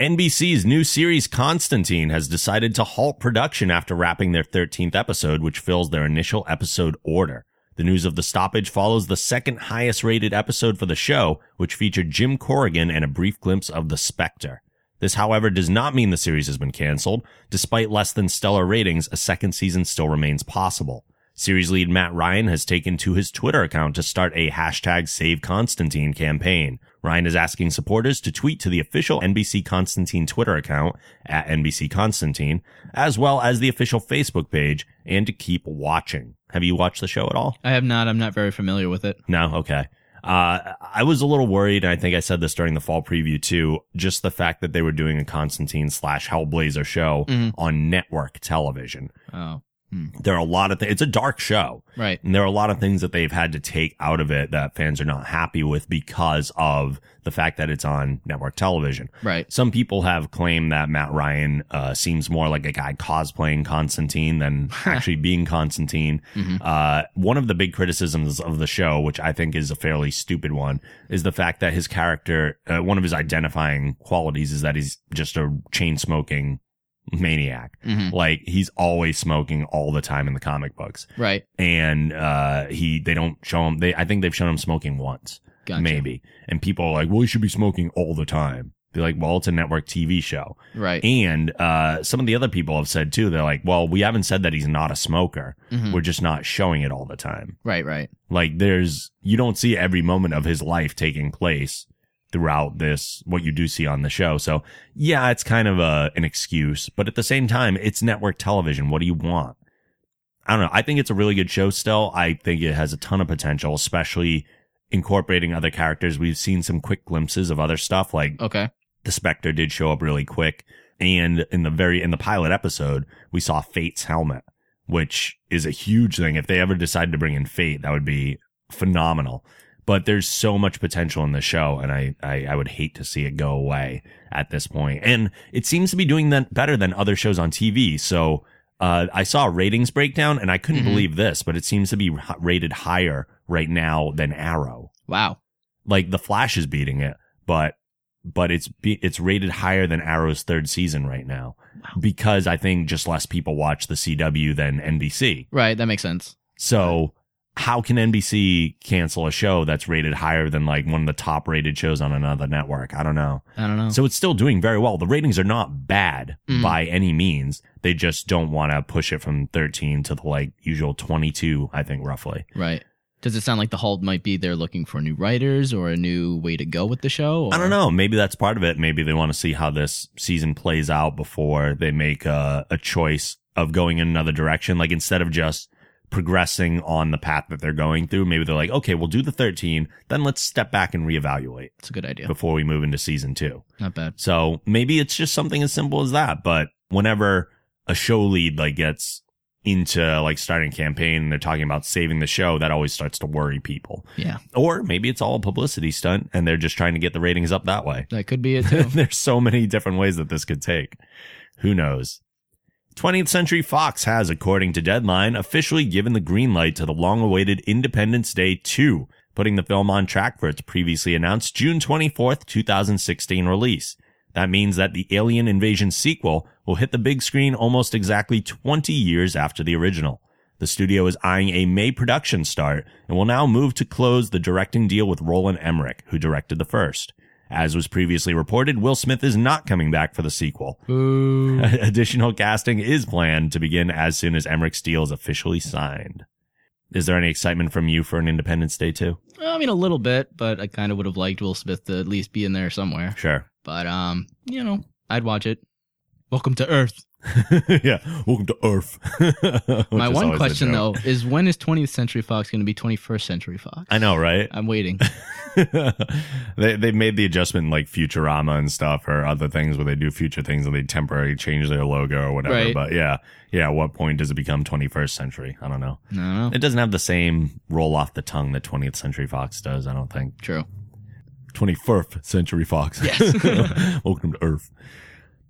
Speaker 5: NBC's new series Constantine has decided to halt production after wrapping their 13th episode, which fills their initial episode order. The news of the stoppage follows the second highest rated episode for the show, which featured Jim Corrigan and a brief glimpse of the Spectre. This, however, does not mean the series has been canceled. Despite less than stellar ratings, a second season still remains possible. Series lead Matt Ryan has taken to his Twitter account to start a hashtag Save Constantine campaign. Ryan is asking supporters to tweet to the official NBC Constantine Twitter account at NBC Constantine, as well as the official Facebook page, and to keep watching. Have you watched the show at all?
Speaker 6: I have not I'm not very familiar with it.
Speaker 5: No, okay. Uh, I was a little worried, and I think I said this during the fall preview too. Just the fact that they were doing a Constantine slash Hellblazer show
Speaker 6: Mhm.
Speaker 5: on network television.
Speaker 6: Oh,
Speaker 5: There are a lot of things. It's a dark show.
Speaker 6: right.
Speaker 5: And there are a lot of things that they've had to take out of it that fans are not happy with because of the fact that it's on network television.
Speaker 6: Right.
Speaker 5: Some people have claimed that Matt Ryan uh, seems more like a guy cosplaying Constantine than actually being Constantine. Uh, one of the big criticisms of the show, which I think is a fairly stupid one, is the fact that his character, uh, one of his identifying qualities is that he's just a chain smoking maniac.
Speaker 6: Mhm.
Speaker 5: Like he's always smoking all the time in the comic books
Speaker 6: Right.
Speaker 5: and uh he they don't show him they I think they've shown him smoking once
Speaker 6: Gotcha.
Speaker 5: maybe and people are like well he should be smoking all the time they're like well it's a network TV show
Speaker 6: Right.
Speaker 5: and uh some of the other people have said too they're like well we haven't said that he's not a smoker
Speaker 6: Mhm.
Speaker 5: we're just not showing it all the time
Speaker 6: Right, right.
Speaker 5: like there's you don't see every moment of his life taking place throughout this what you do see on the show so yeah it's kind of a an excuse but at the same time it's network television what do you want i don't know i think it's a really good show still i think it has a ton of potential especially incorporating other characters we've seen some quick glimpses of other stuff like
Speaker 6: Okay.
Speaker 5: the specter did show up really quick and in the very in the pilot episode we saw fate's helmet which is a huge thing if they ever decided to bring in fate that would be phenomenal but there's so much potential in the show and I, I i would hate to see it go away at this point and it seems to be doing that better than other shows on tv so uh, I saw a ratings breakdown and I couldn't
Speaker 6: Mhm.
Speaker 5: believe this, but it seems to be h- rated higher right now than Arrow
Speaker 6: Wow.
Speaker 5: like the Flash is beating it, but but it's be, it's rated higher than Arrow's third season right now because I think just less people watch the CW than NBC.
Speaker 6: Right, that makes sense.
Speaker 5: So how can NBC cancel a show that's rated higher than like one of the top rated shows on another network? I don't know.
Speaker 6: I don't know.
Speaker 5: So it's still doing very well. The ratings are not bad
Speaker 6: Oh. Mm.
Speaker 5: by any means. They just don't want to push it from 13 to the like usual 22, I think roughly.
Speaker 6: right. Does it sound like the Hulk might be there looking for new writers or a new way to go with the show?
Speaker 5: I
Speaker 6: or-
Speaker 5: don't know. Maybe that's part of it. Maybe they want to see how this season plays out before they make a, a choice of going in another direction. Like instead of just progressing on the path that they're going through, maybe they're like, okay, we'll do the 13, then let's step back and reevaluate
Speaker 6: It's a good idea.
Speaker 5: before we move into season two.
Speaker 6: Not bad.
Speaker 5: So maybe it's just something as simple as that. But whenever a show lead like gets into like starting a campaign and they're talking about saving the show, that always starts to worry people.
Speaker 6: Yeah.
Speaker 5: Or maybe it's all a publicity stunt and they're just trying to get the ratings up that way.
Speaker 6: That could be it too.
Speaker 5: There's so many different ways that this could take. Who knows? 20th Century Fox has, according to Deadline, officially given the green light to the long awaited Independence Day 2, putting the film on track for its previously announced June 24th, 2016 release. That means that the Alien Invasion sequel will hit the big screen almost exactly 20 years after the original. The studio is eyeing a May production start and will now move to close the directing deal with Roland Emmerich, who directed the first. As was previously reported, Will Smith is not coming back for the sequel. Additional casting is planned to begin as soon as Emmerich Steele is officially signed. Is there any excitement from you for an Independence Day 2?
Speaker 6: I mean, a little bit, but I kind of would have liked Will Smith to at least be in there somewhere.
Speaker 5: Sure.
Speaker 6: But um, you know, I'd watch it. Welcome to Earth.
Speaker 5: yeah. Welcome to Earth.
Speaker 6: My one question though is when is 20th Century Fox going to be 21st Century Fox?
Speaker 5: I know, right?
Speaker 6: I'm waiting.
Speaker 5: they they made the adjustment in, like Futurama and stuff or other things where they do future things and they temporarily change their logo or whatever.
Speaker 6: Right.
Speaker 5: But yeah, yeah. At what point does it become 21st century? I don't know.
Speaker 6: I don't know.
Speaker 5: It doesn't have the same roll off the tongue that 20th Century Fox does. I don't think.
Speaker 6: True.
Speaker 5: 21st Century Fox. Yes. Welcome to Earth.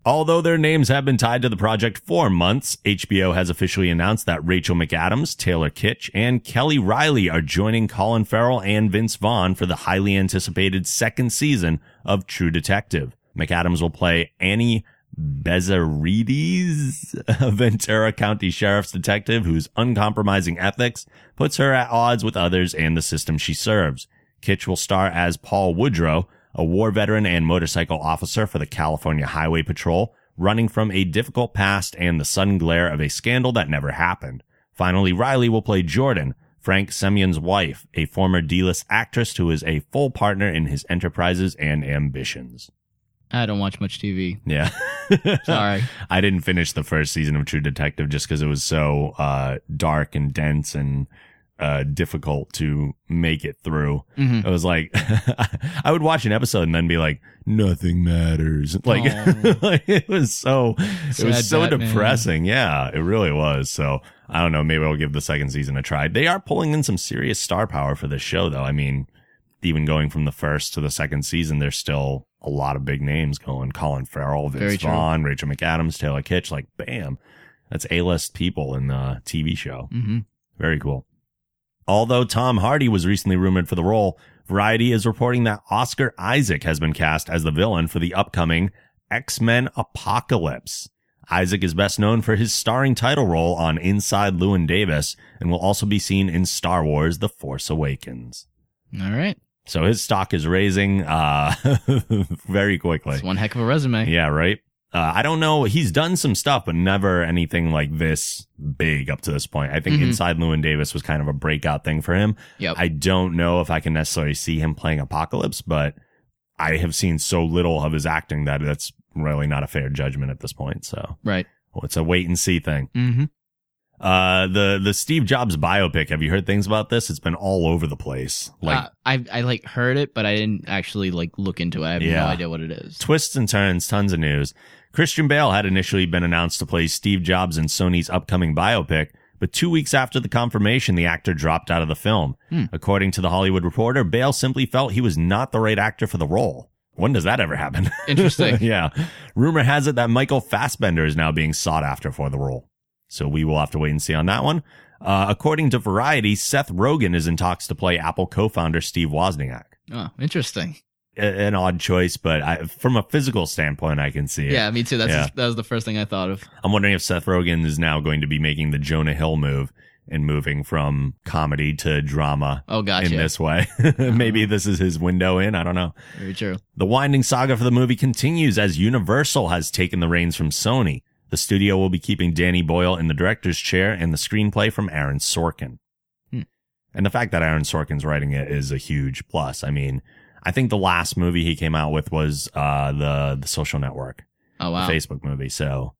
Speaker 5: Although their names have been tied to the project for months, HBO has officially announced that Rachel McAdams, Taylor Kitsch, and Kelly Riley are joining Colin Farrell and Vince Vaughn for the highly anticipated second season of True Detective. McAdams will play Annie Bezarides, a Ventura County Sheriff's detective whose uncompromising ethics puts her at odds with others and the system she serves. Kitch will star as Paul Woodrow, a war veteran and motorcycle officer for the California Highway Patrol, running from a difficult past and the sudden glare of a scandal that never happened. Finally, Riley will play Jordan, Frank Semyon's wife, a former D-list actress who is a full partner in his enterprises and ambitions.
Speaker 6: I don't watch much TV.
Speaker 5: Yeah.
Speaker 6: Sorry.
Speaker 5: I didn't finish the first season of True Detective just because it was so uh, dark and dense and uh, difficult to make it through.
Speaker 6: Mm-hmm.
Speaker 5: It was like I would watch an episode and then be like, nothing matters. Like,
Speaker 6: Aw.
Speaker 5: like, it was so it
Speaker 6: Sad
Speaker 5: was so
Speaker 6: Batman.
Speaker 5: depressing. Yeah, it really was. So I don't know. Maybe I'll give the second season a try. They are pulling in some serious star power for this show, though. I mean, even going from the first to the second season, there's still a lot of big names going. Colin Farrell,
Speaker 6: Very
Speaker 5: Vince
Speaker 6: true.
Speaker 5: Vaughn, Rachel McAdams, Taylor Kitsch. Like, bam, that's A-list people in the TV show.
Speaker 6: hmm
Speaker 5: Very cool. Although Tom Hardy was recently rumored for the role, Variety is reporting that Oscar Isaac has been cast as the villain for the upcoming X-Men Apocalypse. Isaac is best known for his starring title role on Inside Llewyn Davis and will also be seen in Star Wars The Force Awakens.
Speaker 6: All right.
Speaker 5: So his stock is raising uh very quickly.
Speaker 6: It's one heck of a resume.
Speaker 5: Yeah, right. Uh, I don't know. He's done some stuff, but never anything like this big up to this point. I think
Speaker 6: Mhm.
Speaker 5: Inside Lewin Davis was kind of a breakout thing for him.
Speaker 6: Yep.
Speaker 5: I don't know if I can necessarily see him playing Apocalypse, but I have seen so little of his acting that that's really not a fair judgment at this point. So
Speaker 6: right.
Speaker 5: well, it's a wait and see thing.
Speaker 6: hmm
Speaker 5: Uh, the the Steve Jobs biopic. Have you heard things about this? It's been all over the place. Like
Speaker 6: uh, I I like heard it, but I didn't actually like look into it. I have
Speaker 5: Yeah.
Speaker 6: no idea what it is.
Speaker 5: Twists and turns, tons of news. Christian Bale had initially been announced to play Steve Jobs in Sony's upcoming biopic, but two weeks after the confirmation, the actor dropped out of the film. According to The Hollywood Reporter, Bale simply felt he was not the right actor for the role. When does that ever happen?
Speaker 6: Interesting.
Speaker 5: yeah. Rumor has it that Michael Fassbender is now being sought after for the role. So we will have to wait and see on that one. Uh, according to Variety, Seth Rogen is in talks to play Apple co-founder Steve Wozniak
Speaker 6: Oh, interesting.
Speaker 5: a- an odd choice, but I, from a physical standpoint, I can see
Speaker 6: Yeah,
Speaker 5: it.
Speaker 6: me too. That's
Speaker 5: Yeah.
Speaker 6: that was the first thing I thought of.
Speaker 5: I'm wondering if Seth Rogen is now going to be making the Jonah Hill move and moving from comedy to drama
Speaker 6: Oh, gotcha. Uh-huh.
Speaker 5: in this way. Maybe this is his window in. I don't know.
Speaker 6: Very true.
Speaker 5: The winding saga for the movie continues as Universal has taken the reins from Sony. The studio will be keeping Danny Boyle in the director's chair and the screenplay from Aaron Sorkin.
Speaker 6: Hmm.
Speaker 5: And the fact that Aaron Sorkin's writing it is a huge plus. I mean, I think the last movie he came out with was uh, the the Social Network,
Speaker 6: Oh wow.
Speaker 5: the Facebook movie. So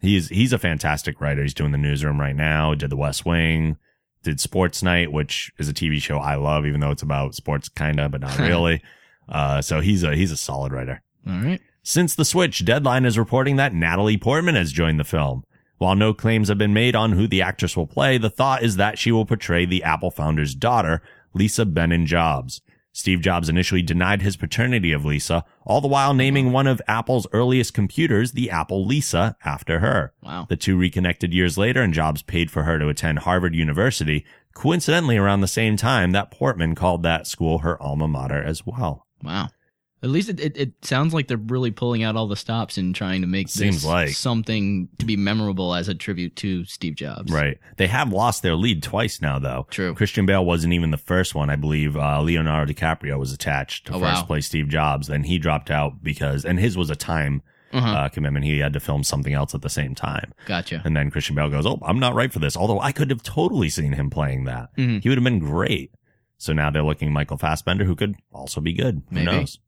Speaker 5: he's he's a fantastic writer. He's doing the Newsroom right now. Did The West Wing. Did Sports Night, which is a TV show I love, even though it's about sports kinda, but not really. uh, so he's a he's a solid writer.
Speaker 6: All right.
Speaker 5: Since the switch, Deadline is reporting that Natalie Portman has joined the film. While no claims have been made on who the actress will play, the thought is that she will portray the Apple founder's daughter, Lisa Benin Jobs. Steve Jobs initially denied his paternity of Lisa, all the while naming one of Apple's earliest computers, the Apple Lisa, after her.
Speaker 6: Wow.
Speaker 5: The two reconnected years later, and Jobs paid for her to attend Harvard University, coincidentally around the same time that Portman called that school her alma mater as well.
Speaker 6: Wow. At least it, it, it sounds like they're really pulling out all the stops and trying to make
Speaker 5: Seems
Speaker 6: this
Speaker 5: like.
Speaker 6: something to be memorable as a tribute to Steve Jobs.
Speaker 5: Right. They have lost their lead twice now, though.
Speaker 6: True.
Speaker 5: Christian Bale wasn't even the first one. I believe uh, Leonardo DiCaprio was attached to
Speaker 6: Oh,
Speaker 5: first
Speaker 6: wow.
Speaker 5: play Steve Jobs. Then he dropped out because, and his was a time
Speaker 6: Uh-huh.
Speaker 5: uh, commitment. He had to film something else at the same time.
Speaker 6: Gotcha.
Speaker 5: And then Christian Bale goes, Oh, I'm not right for this. Although I could have totally seen him playing that.
Speaker 6: Mhm.
Speaker 5: He would have been great. So now they're looking Michael Fassbender, who could also be good. Who
Speaker 6: Maybe.
Speaker 5: knows?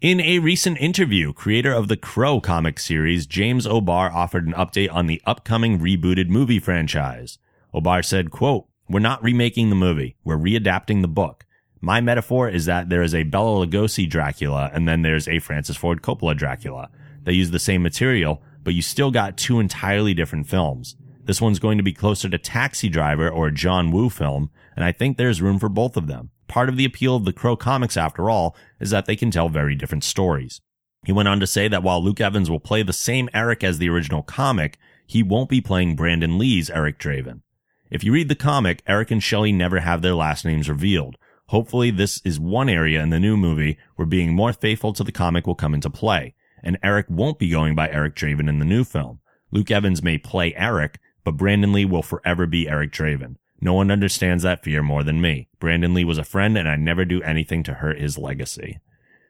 Speaker 5: In a recent interview, creator of the Crow comic series, James Obar offered an update on the upcoming rebooted movie franchise. Obar said, quote, We're not remaking the movie. We're readapting the book. My metaphor is that there is a Bela Lugosi Dracula and then there's a Francis Ford Coppola Dracula. They use the same material, but you still got two entirely different films. This one's going to be closer to Taxi Driver or a John Woo film, and I think there's room for both of them. Part of the appeal of the Crow comics, after all, is that they can tell very different stories. He went on to say that while Luke Evans will play the same Eric as the original comic, he won't be playing Brandon Lee's Eric Draven. If you read the comic, Eric and Shelley never have their last names revealed. Hopefully, this is one area in the new movie where being more faithful to the comic will come into play, and Eric won't be going by Eric Draven in the new film. Luke Evans may play Eric, but Brandon Lee will forever be Eric Draven. No one understands that fear more than me. Brandon Lee was a friend, and I never do anything to hurt his legacy.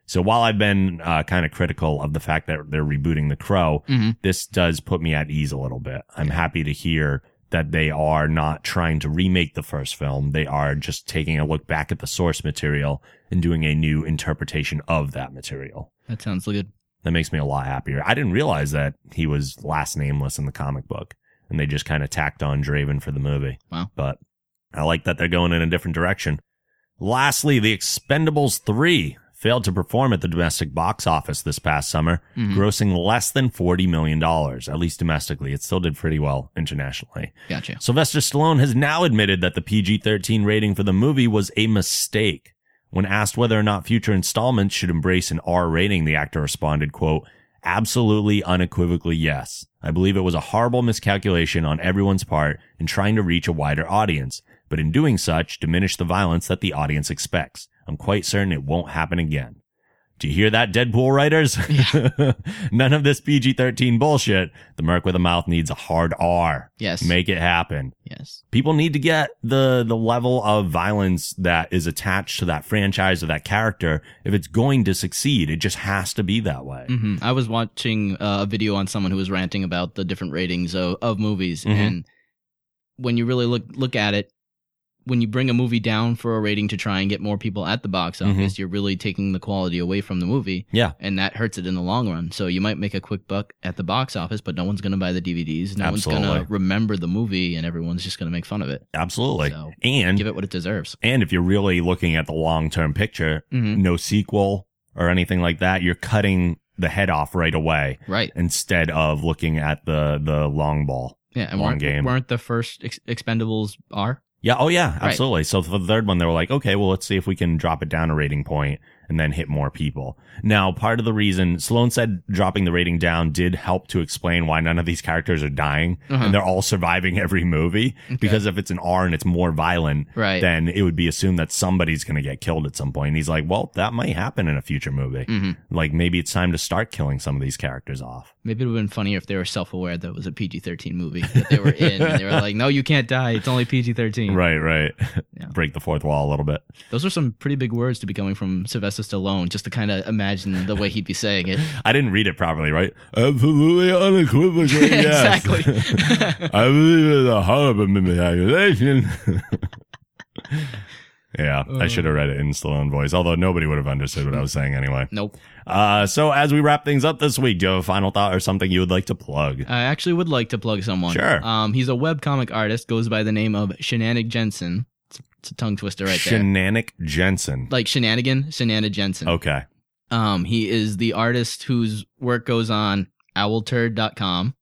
Speaker 5: So while I've been uh, kind of critical of the fact that they're rebooting The Crow, this does put me at ease a little bit. I'm happy to hear that they are not trying to remake the first film. They are just taking a look back at the source material and doing a new interpretation of that material.
Speaker 6: That sounds good.
Speaker 5: That makes me a lot happier. I didn't realize that he was last nameless in the comic book and they just kind of tacked on Draven for the movie.
Speaker 6: Wow.
Speaker 5: But I like that they're going in a different direction. Lastly, The Expendables 3 failed to perform at the domestic box office this past summer, grossing less than $40 million, at least domestically. It still did pretty well internationally.
Speaker 6: Gotcha.
Speaker 5: Sylvester Stallone has now admitted that the PG 13 rating for the movie was a mistake. When asked whether or not future installments should embrace an R rating, the actor responded, quote, absolutely unequivocally yes. I believe it was a horrible miscalculation on everyone's part in trying to reach a wider audience, but in doing such, diminish the violence that the audience expects. I'm quite certain it won't happen again. Do you hear that, Deadpool writers? None of this PG 13 bullshit. The Merc with a Mouth needs a hard R.
Speaker 6: Yes.
Speaker 5: Make it happen.
Speaker 6: Yes.
Speaker 5: People need to get the, the level of violence that is attached to that franchise or that character. If it's going to succeed, it just has to be that way.
Speaker 6: hmm I was watching uh, a video on someone who was ranting about the different ratings of, of movies,
Speaker 5: Mhm.
Speaker 6: and when you really look look at it, when you bring a movie down for a rating to try and get more people at the box
Speaker 5: Mm-hmm.
Speaker 6: office, you're really taking the quality away from the movie,
Speaker 5: Yeah.
Speaker 6: and that hurts it in the long run. So you might make a quick buck at the box office, but no one's going to buy the DVDs, no one's going
Speaker 5: Absolutely.
Speaker 6: to remember the movie, and everyone's just going to make fun of it.
Speaker 5: Absolutely.
Speaker 6: So,
Speaker 5: and
Speaker 6: Give it what it deserves.
Speaker 5: And if you're really looking at the long term picture,
Speaker 6: Mhm.
Speaker 5: no sequel or anything like that, you're cutting the head off right away
Speaker 6: Right.
Speaker 5: instead of looking at the the long ball.
Speaker 6: Yeah. And
Speaker 5: Long
Speaker 6: weren't,
Speaker 5: game.
Speaker 6: weren't the first ex- Expendables R?
Speaker 5: Yeah. Oh, yeah.
Speaker 6: Right.
Speaker 5: Absolutely. So for the third one, they were like, okay, well, let's see if we can drop it down a rating point and then hit more people. Now, part of the reason Sloan said dropping the rating down did help to explain why none of these characters are dying
Speaker 6: Uh-huh.
Speaker 5: and they're all surviving every movie. Because if it's an R and it's more violent,
Speaker 6: Right.
Speaker 5: then it would be assumed that somebody's going to get killed at some point. And he's like, well, that might happen in a future movie.
Speaker 6: Mm-hmm.
Speaker 5: Like maybe it's time to start killing some of these characters off.
Speaker 6: Maybe it would have been funnier if they were self aware that it was a PG 13 movie that they were in. and they were like, no, you can't die. It's only PG 13.
Speaker 5: Right, right.
Speaker 6: Mm-hmm. Yeah.
Speaker 5: Break the fourth wall a little bit.
Speaker 6: Those are some pretty big words to be coming from Sylvester Stallone, just to kind of imagine the way he'd be saying it.
Speaker 5: I didn't read it properly, right? Absolutely unequivocally, yes.
Speaker 6: exactly.
Speaker 5: I believe it's a horrible miscalculation. yeah, I should have read it in Stallone voice, although nobody would have understood what I was saying anyway.
Speaker 6: nope.
Speaker 5: Uh, so as we wrap things up this week, do you have a final thought or something you would like to plug?
Speaker 6: I actually would like to plug someone.
Speaker 5: Sure.
Speaker 6: Um, he's a webcomic artist, goes by the name of Shenanig Jensen. It's, it's a tongue twister right there.
Speaker 5: Shenanic Jensen.
Speaker 6: like Shenanigan, Shenanigan Jensen.
Speaker 5: Okay.
Speaker 6: Um, he is the artist whose work goes on owlturd.com.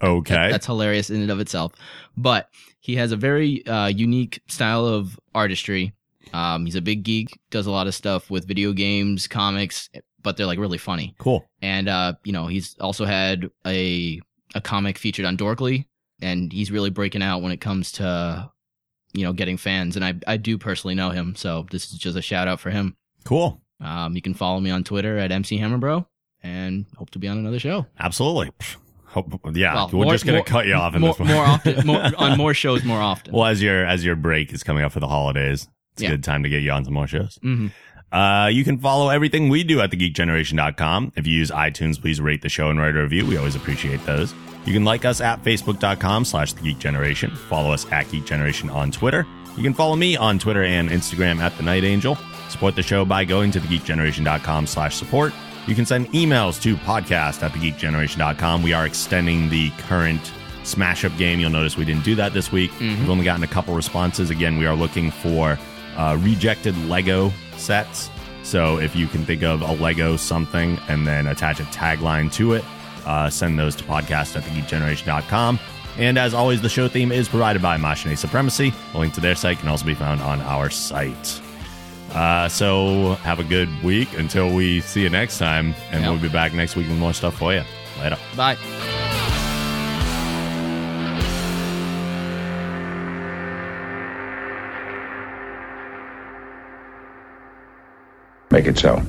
Speaker 5: Okay.
Speaker 6: That's hilarious in and of itself. But he has a very uh, unique style of artistry. Um, he's a big geek, does a lot of stuff with video games, comics, but they're like really funny.
Speaker 5: cool.
Speaker 6: And uh, you know, he's also had a a comic featured on Dorkly, and he's really breaking out when it comes to you know getting fans. And I I do personally know him, so this is just a shout out for him.
Speaker 5: Cool.
Speaker 6: Um, you can follow me on Twitter at MC Hammerbro and hope to be on another show.
Speaker 5: Absolutely. Hope, yeah,
Speaker 6: Well,
Speaker 5: we're
Speaker 6: more-
Speaker 5: just gonna
Speaker 6: more-
Speaker 5: cut you off in
Speaker 6: more,
Speaker 5: this one
Speaker 6: more often, more, on more shows more often.
Speaker 5: Well, as your as your break is coming up for the holidays, it's
Speaker 6: Yeah.
Speaker 5: a good time to get you on some more shows.
Speaker 6: Mhm.
Speaker 5: Uh, you can follow everything we do at thegeekgeneration.com. If you use iTunes, please rate the show and write a review. We always appreciate those. You can like us at facebook.com slash the geek generation. Follow us at geek generation on Twitter. You can follow me on Twitter and Instagram at the night angel. Support the show by going to thegeekgeneration.com slash support. You can send emails to podcast at thegeekgeneration.com. We are extending the current smash up game. You'll notice we didn't do that this week. We've only gotten a couple responses. Again, we are looking for uh, rejected Lego sets. So if you can think of a Lego something and then attach a tagline to it, uh, send those to podcast at thegeekgeneration.com. And as always, the show theme is provided by Machine Supremacy. A link to their site can also be found on our site. Uh, so have a good week until we see you next time, and
Speaker 6: Yeah.
Speaker 5: we'll be back next week with more stuff for you. Later.
Speaker 6: Bye.
Speaker 11: Make it so.